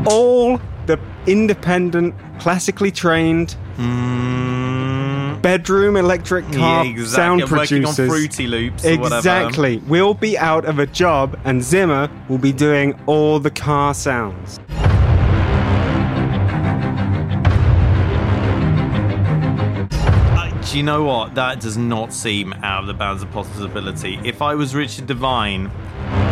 Speaker 1: all the independent, classically trained bedroom electric car
Speaker 2: yeah, exactly.
Speaker 1: sound
Speaker 2: I'm
Speaker 1: producers.
Speaker 2: Working on Fruity Loops or whatever.
Speaker 1: Exactly. We'll be out of a job and Zimmer will be doing all the car sounds.
Speaker 2: Uh, do you know what? That does not seem out of the bounds of possibility. If I was Richard Devine,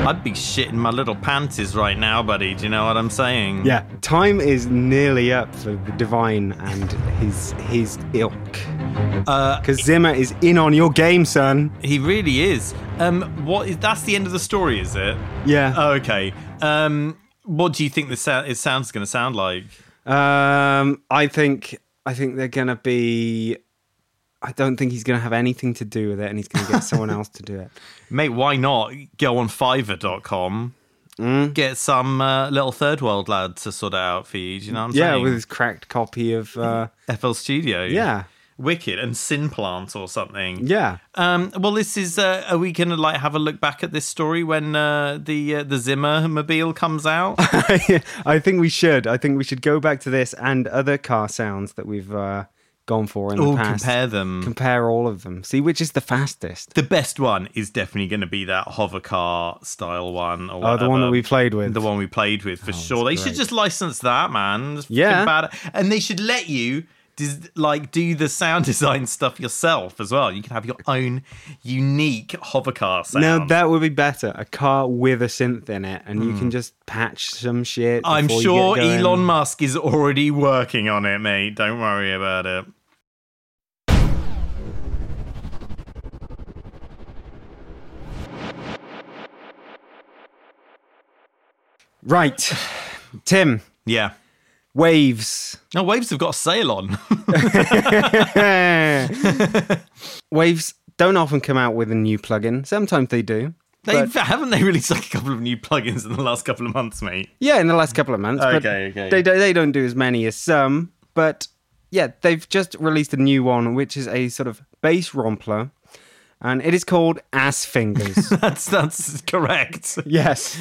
Speaker 2: I'd be shitting my little panties right now, buddy. Do you know what I'm saying?
Speaker 1: Yeah, time is nearly up for the divine and his his ilk. Because Zimmer is in on your game, son.
Speaker 2: He really is. Um, what is that's the end of the story, is it?
Speaker 1: Yeah.
Speaker 2: Okay. Um, what do you think the sound his sound's going to sound like?
Speaker 1: Um, I think I think they're gonna be. I don't think he's gonna have anything to do with it, and he's gonna get someone else to do it.
Speaker 2: Mate, why not go on Fiverr.com,
Speaker 1: Mm.
Speaker 2: get some uh, little third world lad to sort it out for you? Do you know what I'm
Speaker 1: Yeah,
Speaker 2: saying?
Speaker 1: with his cracked copy of. Uh,
Speaker 2: FL Studio.
Speaker 1: Yeah.
Speaker 2: Wicked and Sin Plant or something.
Speaker 1: yeah.
Speaker 2: Um, well, this is. Uh, are we gonna like have a look back at this story when uh, the uh, the Zimmer mobile comes out?
Speaker 1: I think we should. I think we should go back to this and other car sounds that we've uh, gone for in
Speaker 2: Or
Speaker 1: the past.
Speaker 2: compare them.
Speaker 1: compare all of them. See which is the fastest.
Speaker 2: the best one is definitely going to be that hover car style one. Or
Speaker 1: Oh, the one that
Speaker 2: whatever.
Speaker 1: we played with.
Speaker 2: Um, The one we played with for sure. They should
Speaker 1: great.
Speaker 2: just license that, man. It's fucking
Speaker 1: Yeah.
Speaker 2: bad. And they should let you dis- like do the sound design stuff yourself as well. You can have your own unique hover car sound.
Speaker 1: Now that would be better. A car with a synth in it, and you can just patch some shit.
Speaker 2: I'm
Speaker 1: before you
Speaker 2: sure
Speaker 1: get going.
Speaker 2: Elon Musk is already working on it, mate. Don't worry about it.
Speaker 1: Right, Tim.
Speaker 2: Yeah.
Speaker 1: Waves.
Speaker 2: No, waves have got a sail on.
Speaker 1: waves don't often come out with a new plugin. Sometimes they do.
Speaker 2: they haven't they released like a couple of new plugins in the last couple of months, mate.
Speaker 1: Yeah, in the last couple of months. but
Speaker 2: Okay, okay.
Speaker 1: They, don't- they don't do as many as some, but yeah, they've just released a new one, which is a sort of bass rompler, and it is called Ass Fingers.
Speaker 2: That's that's correct.
Speaker 1: Yes.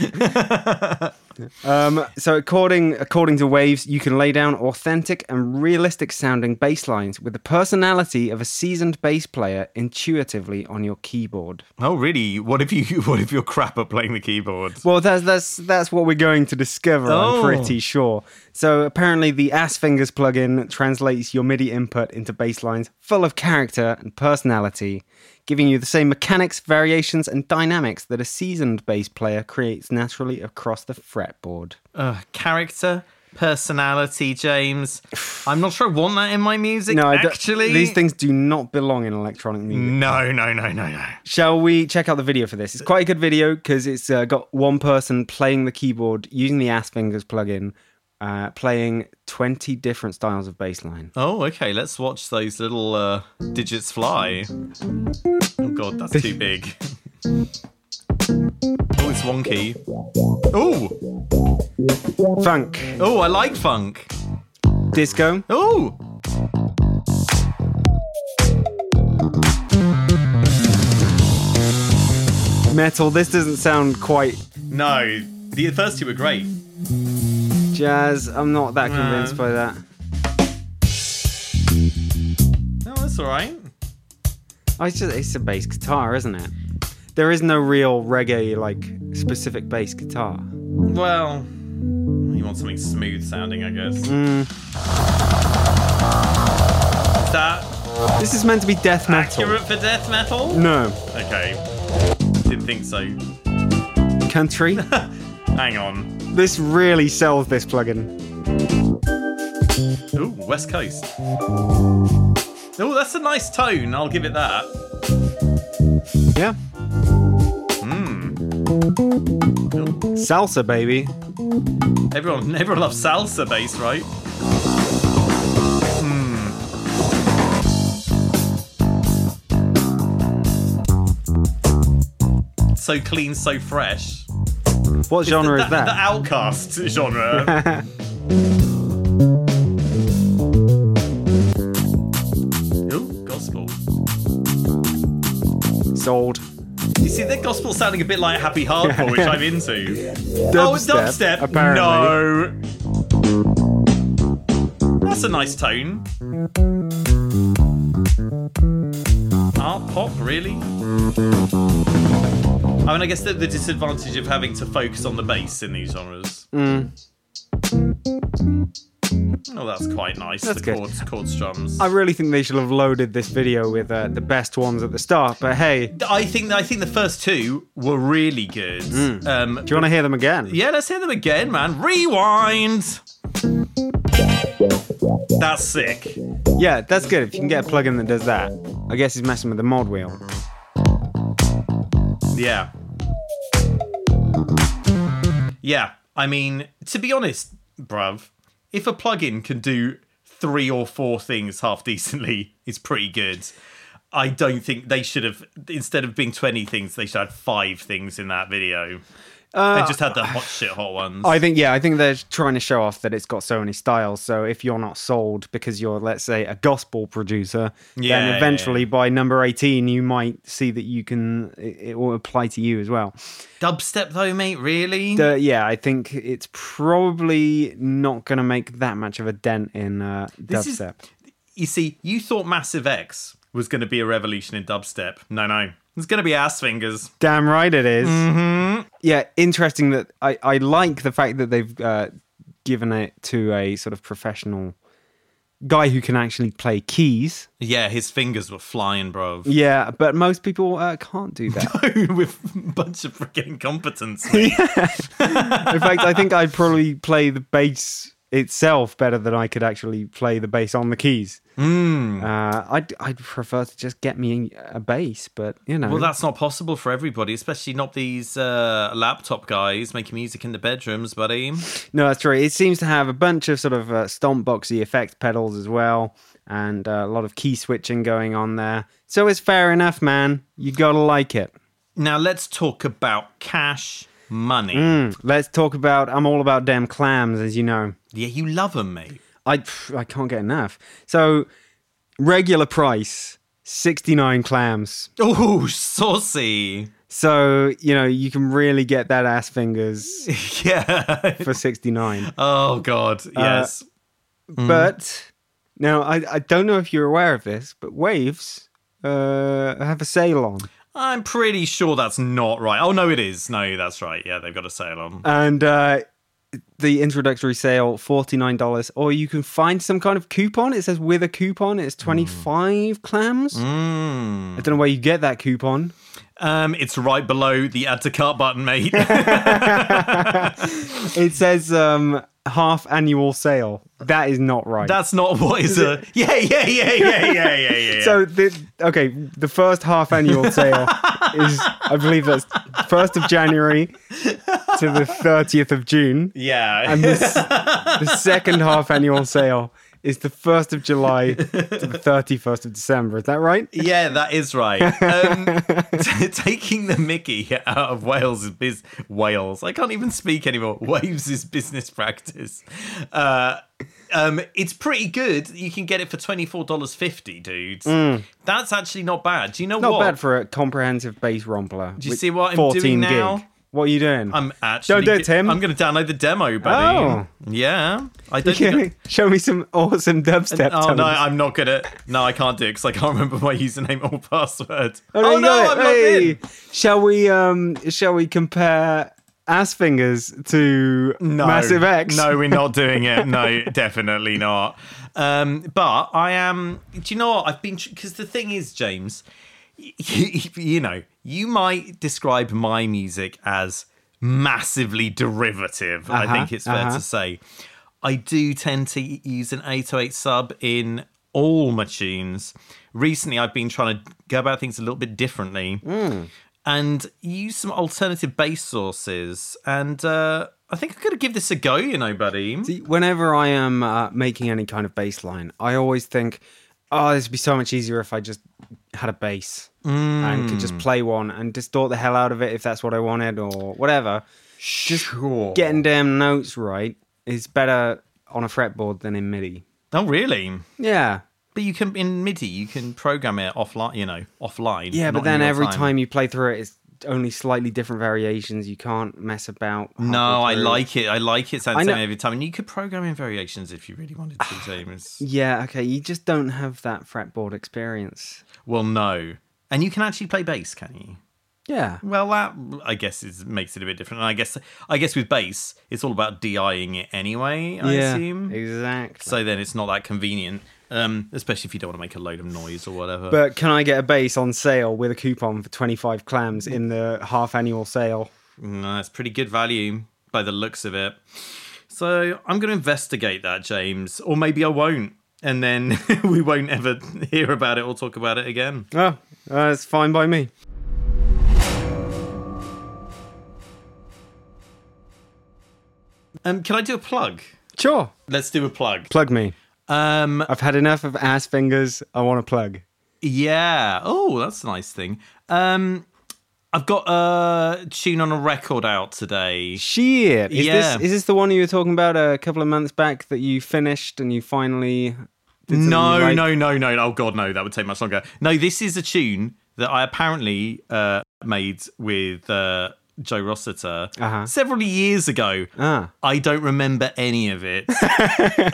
Speaker 1: um, so according according to Waves, you can lay down authentic and realistic sounding bass lines with the personality of a seasoned bass player intuitively on your keyboard.
Speaker 2: Oh, really? What if you what if you're crap at playing the keyboard?
Speaker 1: Well, that's that's that's what we're going to discover.
Speaker 2: Oh.
Speaker 1: I'm pretty sure. So apparently, the Ass Fingers plugin translates your MIDI input into bass lines full of character and personality, giving you the same mechanics, variations, and dynamics that a seasoned bass player creates naturally across the fretboard.
Speaker 2: Uh, character, personality, James. I'm not sure I want that in my music.
Speaker 1: I don't-
Speaker 2: actually, Mm.
Speaker 1: these things do not belong in electronic music.
Speaker 2: No, no, no, no, no.
Speaker 1: Shall we check out the video for this? It's quite a good video because it's uh, got one person playing the keyboard using the Ass Fingers plugin, uh, playing 20 different styles of bass line.
Speaker 2: Oh, okay. Let's watch those little uh, digits fly. Oh god, that's too big. oh, it's wonky. Oh,
Speaker 1: Funk,
Speaker 2: oh, I like funk.
Speaker 1: disco,
Speaker 2: Oh,
Speaker 1: metal. This doesn't sound quite
Speaker 2: no. The first two were great.
Speaker 1: jazz. I'm not that convinced
Speaker 2: No.
Speaker 1: by that.
Speaker 2: No, that's all right.
Speaker 1: Oh, it's just it's a bass guitar, isn't it? There is no real reggae like specific bass guitar.
Speaker 2: Well, you want something smooth sounding, I guess.
Speaker 1: Mm.
Speaker 2: Is that
Speaker 1: This is meant to be death metal.
Speaker 2: accurate for death metal?
Speaker 1: No,
Speaker 2: Okay. Didn't think so.
Speaker 1: country.
Speaker 2: Hang on.
Speaker 1: this really sells this plugin.
Speaker 2: Ooh, West Coast. Oh, that's a nice tone. I'll give it that.
Speaker 1: Yeah,
Speaker 2: Ooh.
Speaker 1: salsa baby.
Speaker 2: Everyone, everyone loves salsa bass, right? Hmm. So clean, so fresh.
Speaker 1: What genre is
Speaker 2: The
Speaker 1: that?
Speaker 2: outcast genre. Ooh, gospel.
Speaker 1: Sold.
Speaker 2: You see, the gospel sounding a bit like happy hardcore, which I'm into. oh, it's dubstep.
Speaker 1: Apparently.
Speaker 2: No. That's a nice tone. Art pop, really? I mean, I guess the, the disadvantage of having to focus on the bass in these genres.
Speaker 1: Mm.
Speaker 2: Oh, that's quite nice.
Speaker 1: That's
Speaker 2: the
Speaker 1: good.
Speaker 2: chords, chord strums.
Speaker 1: I really think they should have loaded this video with uh, the best ones at the start. But hey, do
Speaker 2: I think I think the first two were really good.
Speaker 1: Mm.
Speaker 2: Um,
Speaker 1: you want to hear them again?
Speaker 2: Yeah, let's hear them again, man. Rewind. That's sick.
Speaker 1: Yeah, that's good. If you can get a plugin that does that, I guess he's messing with the mod wheel.
Speaker 2: Yeah. Yeah. I mean, to be honest, bruv, if a plugin can do three or four things half decently, it's pretty good. I don't think they should have, instead of being 20 things, they should have five things in that video. they just had the hot shit hot ones.
Speaker 1: I think, yeah, I think they're trying to show off that it's got so many styles. So if you're not sold because you're, let's say, a gospel producer,
Speaker 2: Yeah,
Speaker 1: then
Speaker 2: yeah,
Speaker 1: eventually by number 18, you might see that you can, it, it will apply to you as well.
Speaker 2: Dubstep, though, mate, really?
Speaker 1: Uh, yeah, I think it's probably not going to make that much of a dent in uh,
Speaker 2: This is-
Speaker 1: dubstep.
Speaker 2: you see, you thought Massive X was going to be a revolution in dubstep. No, no. It's going to be ass fingers.
Speaker 1: Damn right it is.
Speaker 2: Mm-hmm.
Speaker 1: Yeah, interesting that I, I like the fact that they've uh, given it to a sort of professional guy who can actually play keys.
Speaker 2: Yeah, his fingers were flying, bro.
Speaker 1: Yeah, but most people uh, can't do that.
Speaker 2: With a bunch of freaking incompetence. mate.
Speaker 1: In fact, I think I'd probably play the bass itself better than I could actually play the bass on the keys.
Speaker 2: Hmm.
Speaker 1: Uh, I'd, I'd prefer to just get me a bass, but you know.
Speaker 2: well, that's not possible for everybody, especially not these uh, laptop guys making music in the bedrooms, buddy.
Speaker 1: No, that's true. It seems to have a bunch of sort of uh, stomp boxy effect pedals as well, and uh, a lot of key switching going on there. So it's fair enough, man. You gotta like it.
Speaker 2: Now, let's talk about cash money.
Speaker 1: Hmm, Let's talk about. I'm all about damn clams, as you know.
Speaker 2: Yeah, you love them, mate.
Speaker 1: I pff, I can't get enough. So regular price sixty nine clams.
Speaker 2: Oh, saucy.
Speaker 1: So you know you can really get that ass fingers
Speaker 2: Yeah.
Speaker 1: for sixty nine.
Speaker 2: Oh God. Yes.
Speaker 1: But now I I don't know if you're aware of this, but waves uh, have a sale on.
Speaker 2: I'm pretty sure that's not right. Oh no, it is. No, that's right. Yeah, they've got a sale on.
Speaker 1: and uh, the introductory sale forty nine dollars, or you can find some kind of coupon. It says with a coupon, it's twenty five clams. I don't know where you get that coupon.
Speaker 2: Um, it's right below the add to cart button, mate.
Speaker 1: It says um, half annual sale. That is not right.
Speaker 2: that's not what is a. Yeah, yeah, yeah, yeah, yeah, yeah, yeah.
Speaker 1: so the, okay, the first half annual sale is, I believe, that's first of January to the thirtieth of June.
Speaker 2: yeah.
Speaker 1: And this, the second half annual sale is the 1st of July to the 31st of December. Is that right?
Speaker 2: Yeah, that is right. Um, t- taking the Mickey out of Wales is biz- Wales. I can't even speak anymore. Waves is business practice. Uh, um, it's pretty good. You can get it for twenty four dollars fifty, dudes. That's actually not bad. Do you know
Speaker 1: Mm. Not
Speaker 2: what?
Speaker 1: bad for a comprehensive bass rompler.
Speaker 2: Do you
Speaker 1: with
Speaker 2: see what I'm doing
Speaker 1: 14
Speaker 2: now?
Speaker 1: What are you doing?
Speaker 2: I'm actually.
Speaker 1: Don't do it, Tim.
Speaker 2: I'm going to download the demo, buddy.
Speaker 1: Oh.
Speaker 2: Yeah, I don't. think I-
Speaker 1: Okay, Show me some awesome dubstep.
Speaker 2: Oh
Speaker 1: tunes.
Speaker 2: no, I'm not gonna. No, I can't do it because I can't remember my username or password.
Speaker 1: Oh, you got it.
Speaker 2: I'm not
Speaker 1: Hey,
Speaker 2: in.
Speaker 1: Shall we? Um, shall we compare ass fingers to
Speaker 2: No.
Speaker 1: Massive X?
Speaker 2: No, we're not doing it. No, definitely not. Um, but I am. Do you know what? I've been. Because the thing is, James, y- y- you know, you might describe my music as massively derivative. I
Speaker 1: Uh-huh,
Speaker 2: think it's fair
Speaker 1: uh-huh.
Speaker 2: to say. I do tend to e-, use an 808 sub in all my tunes. Recently, I've been trying to go about things a little bit differently
Speaker 1: Hmm.
Speaker 2: and use some alternative bass sources. And uh, I think I could give this a go, you know, buddy.
Speaker 1: See, Whenever I am uh, making any kind of bass line, I always think, "Oh, this would be so much easier if I just had a bass and could
Speaker 2: Mm.
Speaker 1: just play one and distort the hell out of it if that's what I wanted or whatever."
Speaker 2: sure.
Speaker 1: Getting damn notes right is better on a fretboard than in MIDI.
Speaker 2: Oh, really?
Speaker 1: Yeah.
Speaker 2: But you can in MIDI, you can program it offline, you know, offline.
Speaker 1: Yeah,
Speaker 2: not
Speaker 1: but then
Speaker 2: in real
Speaker 1: every time. you play through it, it's only slightly different variations. You can't mess about.
Speaker 2: No,
Speaker 1: halfway
Speaker 2: I
Speaker 1: through.
Speaker 2: like it. I like it.
Speaker 1: I
Speaker 2: Sounds
Speaker 1: know-
Speaker 2: every time, and you could program in variations if you really wanted to, James.
Speaker 1: Yeah, okay. You just don't have that fretboard experience.
Speaker 2: Well, no, and you can actually play bass, can you?
Speaker 1: Yeah.
Speaker 2: Well, that I guess is makes it a bit different. And I guess, I guess with bass, it's all about DIing it anyway. I
Speaker 1: yeah.
Speaker 2: assume.
Speaker 1: Exactly.
Speaker 2: So then it's not that convenient, um, especially if you don't want to make a load of noise or whatever.
Speaker 1: but can I get a bass on sale with a coupon for 25 clams in the half annual sale?
Speaker 2: No, it's Mm, pretty good value by the looks of it. So I'm going to investigate that, James, or maybe I won't, and then we won't ever hear about it or talk about it again.
Speaker 1: Oh, uh, it's fine by me.
Speaker 2: Um, can I do a plug?
Speaker 1: Sure.
Speaker 2: Let's do a plug.
Speaker 1: Plug me.
Speaker 2: Um,
Speaker 1: I've had enough of ass fingers. I want to plug.
Speaker 2: yeah. Oh, that's a nice thing. Um, I've got a tune on a record out today.
Speaker 1: Shit. Is
Speaker 2: Yeah.
Speaker 1: this is this the one you were talking about a couple of months back that you finished and you finally did something
Speaker 2: No,
Speaker 1: you liked?
Speaker 2: no, no, no. Oh god, no, that would take much longer. No, this is a tune that I apparently uh, made with uh, Joe Rossiter
Speaker 1: Uh-huh.
Speaker 2: several years ago.
Speaker 1: Ah.
Speaker 2: I don't remember any of it.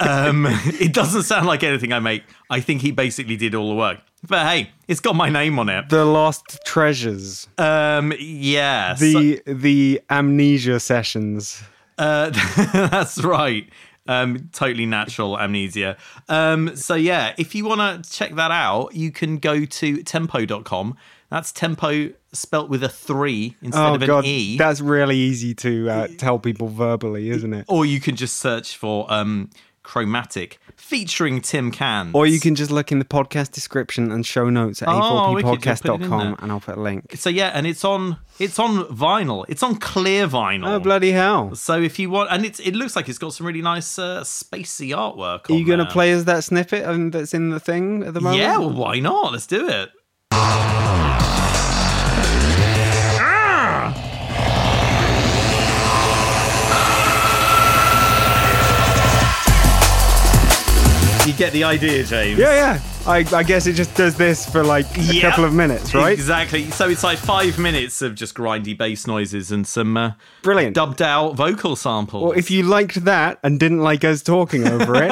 Speaker 2: um, it doesn't sound like anything I make. I think he basically did all the work. But hey, it's got my name on it.
Speaker 1: The Lost Treasures.
Speaker 2: Um, yeah. so-
Speaker 1: The the amnesia sessions.
Speaker 2: Uh, that's right. Um, totally natural amnesia. Um, so yeah, if you want to check that out, you can go to tempo.com. That's tempo spelt with a three instead
Speaker 1: Oh
Speaker 2: of an
Speaker 1: god.
Speaker 2: e.
Speaker 1: That's really easy to uh, tell people verbally, isn't it?
Speaker 2: or you can just search for um, chromatic featuring Tim Can.
Speaker 1: Or you can just look in the podcast description and show notes at
Speaker 2: Oh, wicked, you'll put it in
Speaker 1: a4ppodcast.com
Speaker 2: there.
Speaker 1: and I'll put a link.
Speaker 2: So yeah, and it's on it's on vinyl. It's on clear vinyl.
Speaker 1: Oh bloody hell.
Speaker 2: so if you want, and it's it looks like it's got some really nice uh, spacey artwork.
Speaker 1: Are you
Speaker 2: going to
Speaker 1: gonna play as that snippet um, that's in the thing at the moment?
Speaker 2: Yeah, well, why not? Let's do it.
Speaker 3: get the idea, James.
Speaker 1: Yeah, yeah. I, I guess it just does this for like a
Speaker 2: Yeah.
Speaker 1: couple of minutes, right?
Speaker 2: Exactly. So it's like five minutes of just grindy bass noises and some uh,
Speaker 1: Brilliant.
Speaker 2: dubbed out vocal samples.
Speaker 1: Well, if you liked that and didn't like us talking over it,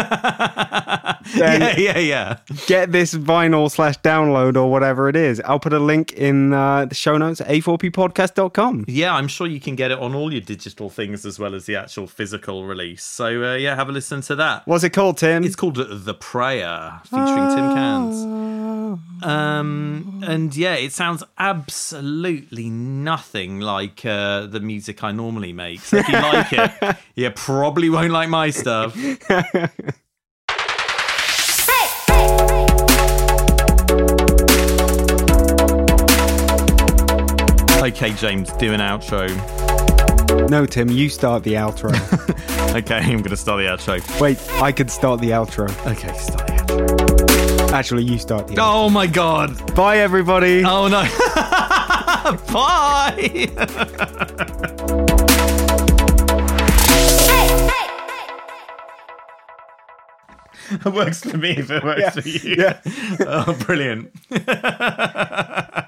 Speaker 1: then
Speaker 2: yeah, yeah, yeah.
Speaker 1: get this vinyl slash download or whatever it is. I'll put a link in uh, the show notes at a4ppodcast.com.
Speaker 2: Yeah, I'm sure you can get it on all your digital things as well as the actual physical release. So uh, yeah, have a listen to that.
Speaker 1: What's it called, Tim?
Speaker 2: It's called The Prayer, featuring Tim Cairns. Um, and yeah, it sounds absolutely nothing like uh, the music I normally make. So if you like it, you probably won't like my stuff. Okay, James, do an outro.
Speaker 1: no, Tim, you start the outro.
Speaker 2: Okay, I'm going to start the outro.
Speaker 1: Wait, I could start the outro.
Speaker 2: Okay, start the outro.
Speaker 1: Actually, you start the outro.
Speaker 2: Oh my god.
Speaker 1: Bye, everybody.
Speaker 2: Oh no. Bye.
Speaker 3: It works for me if it works
Speaker 1: Yeah.
Speaker 3: for you.
Speaker 1: Yeah.
Speaker 3: Oh, brilliant.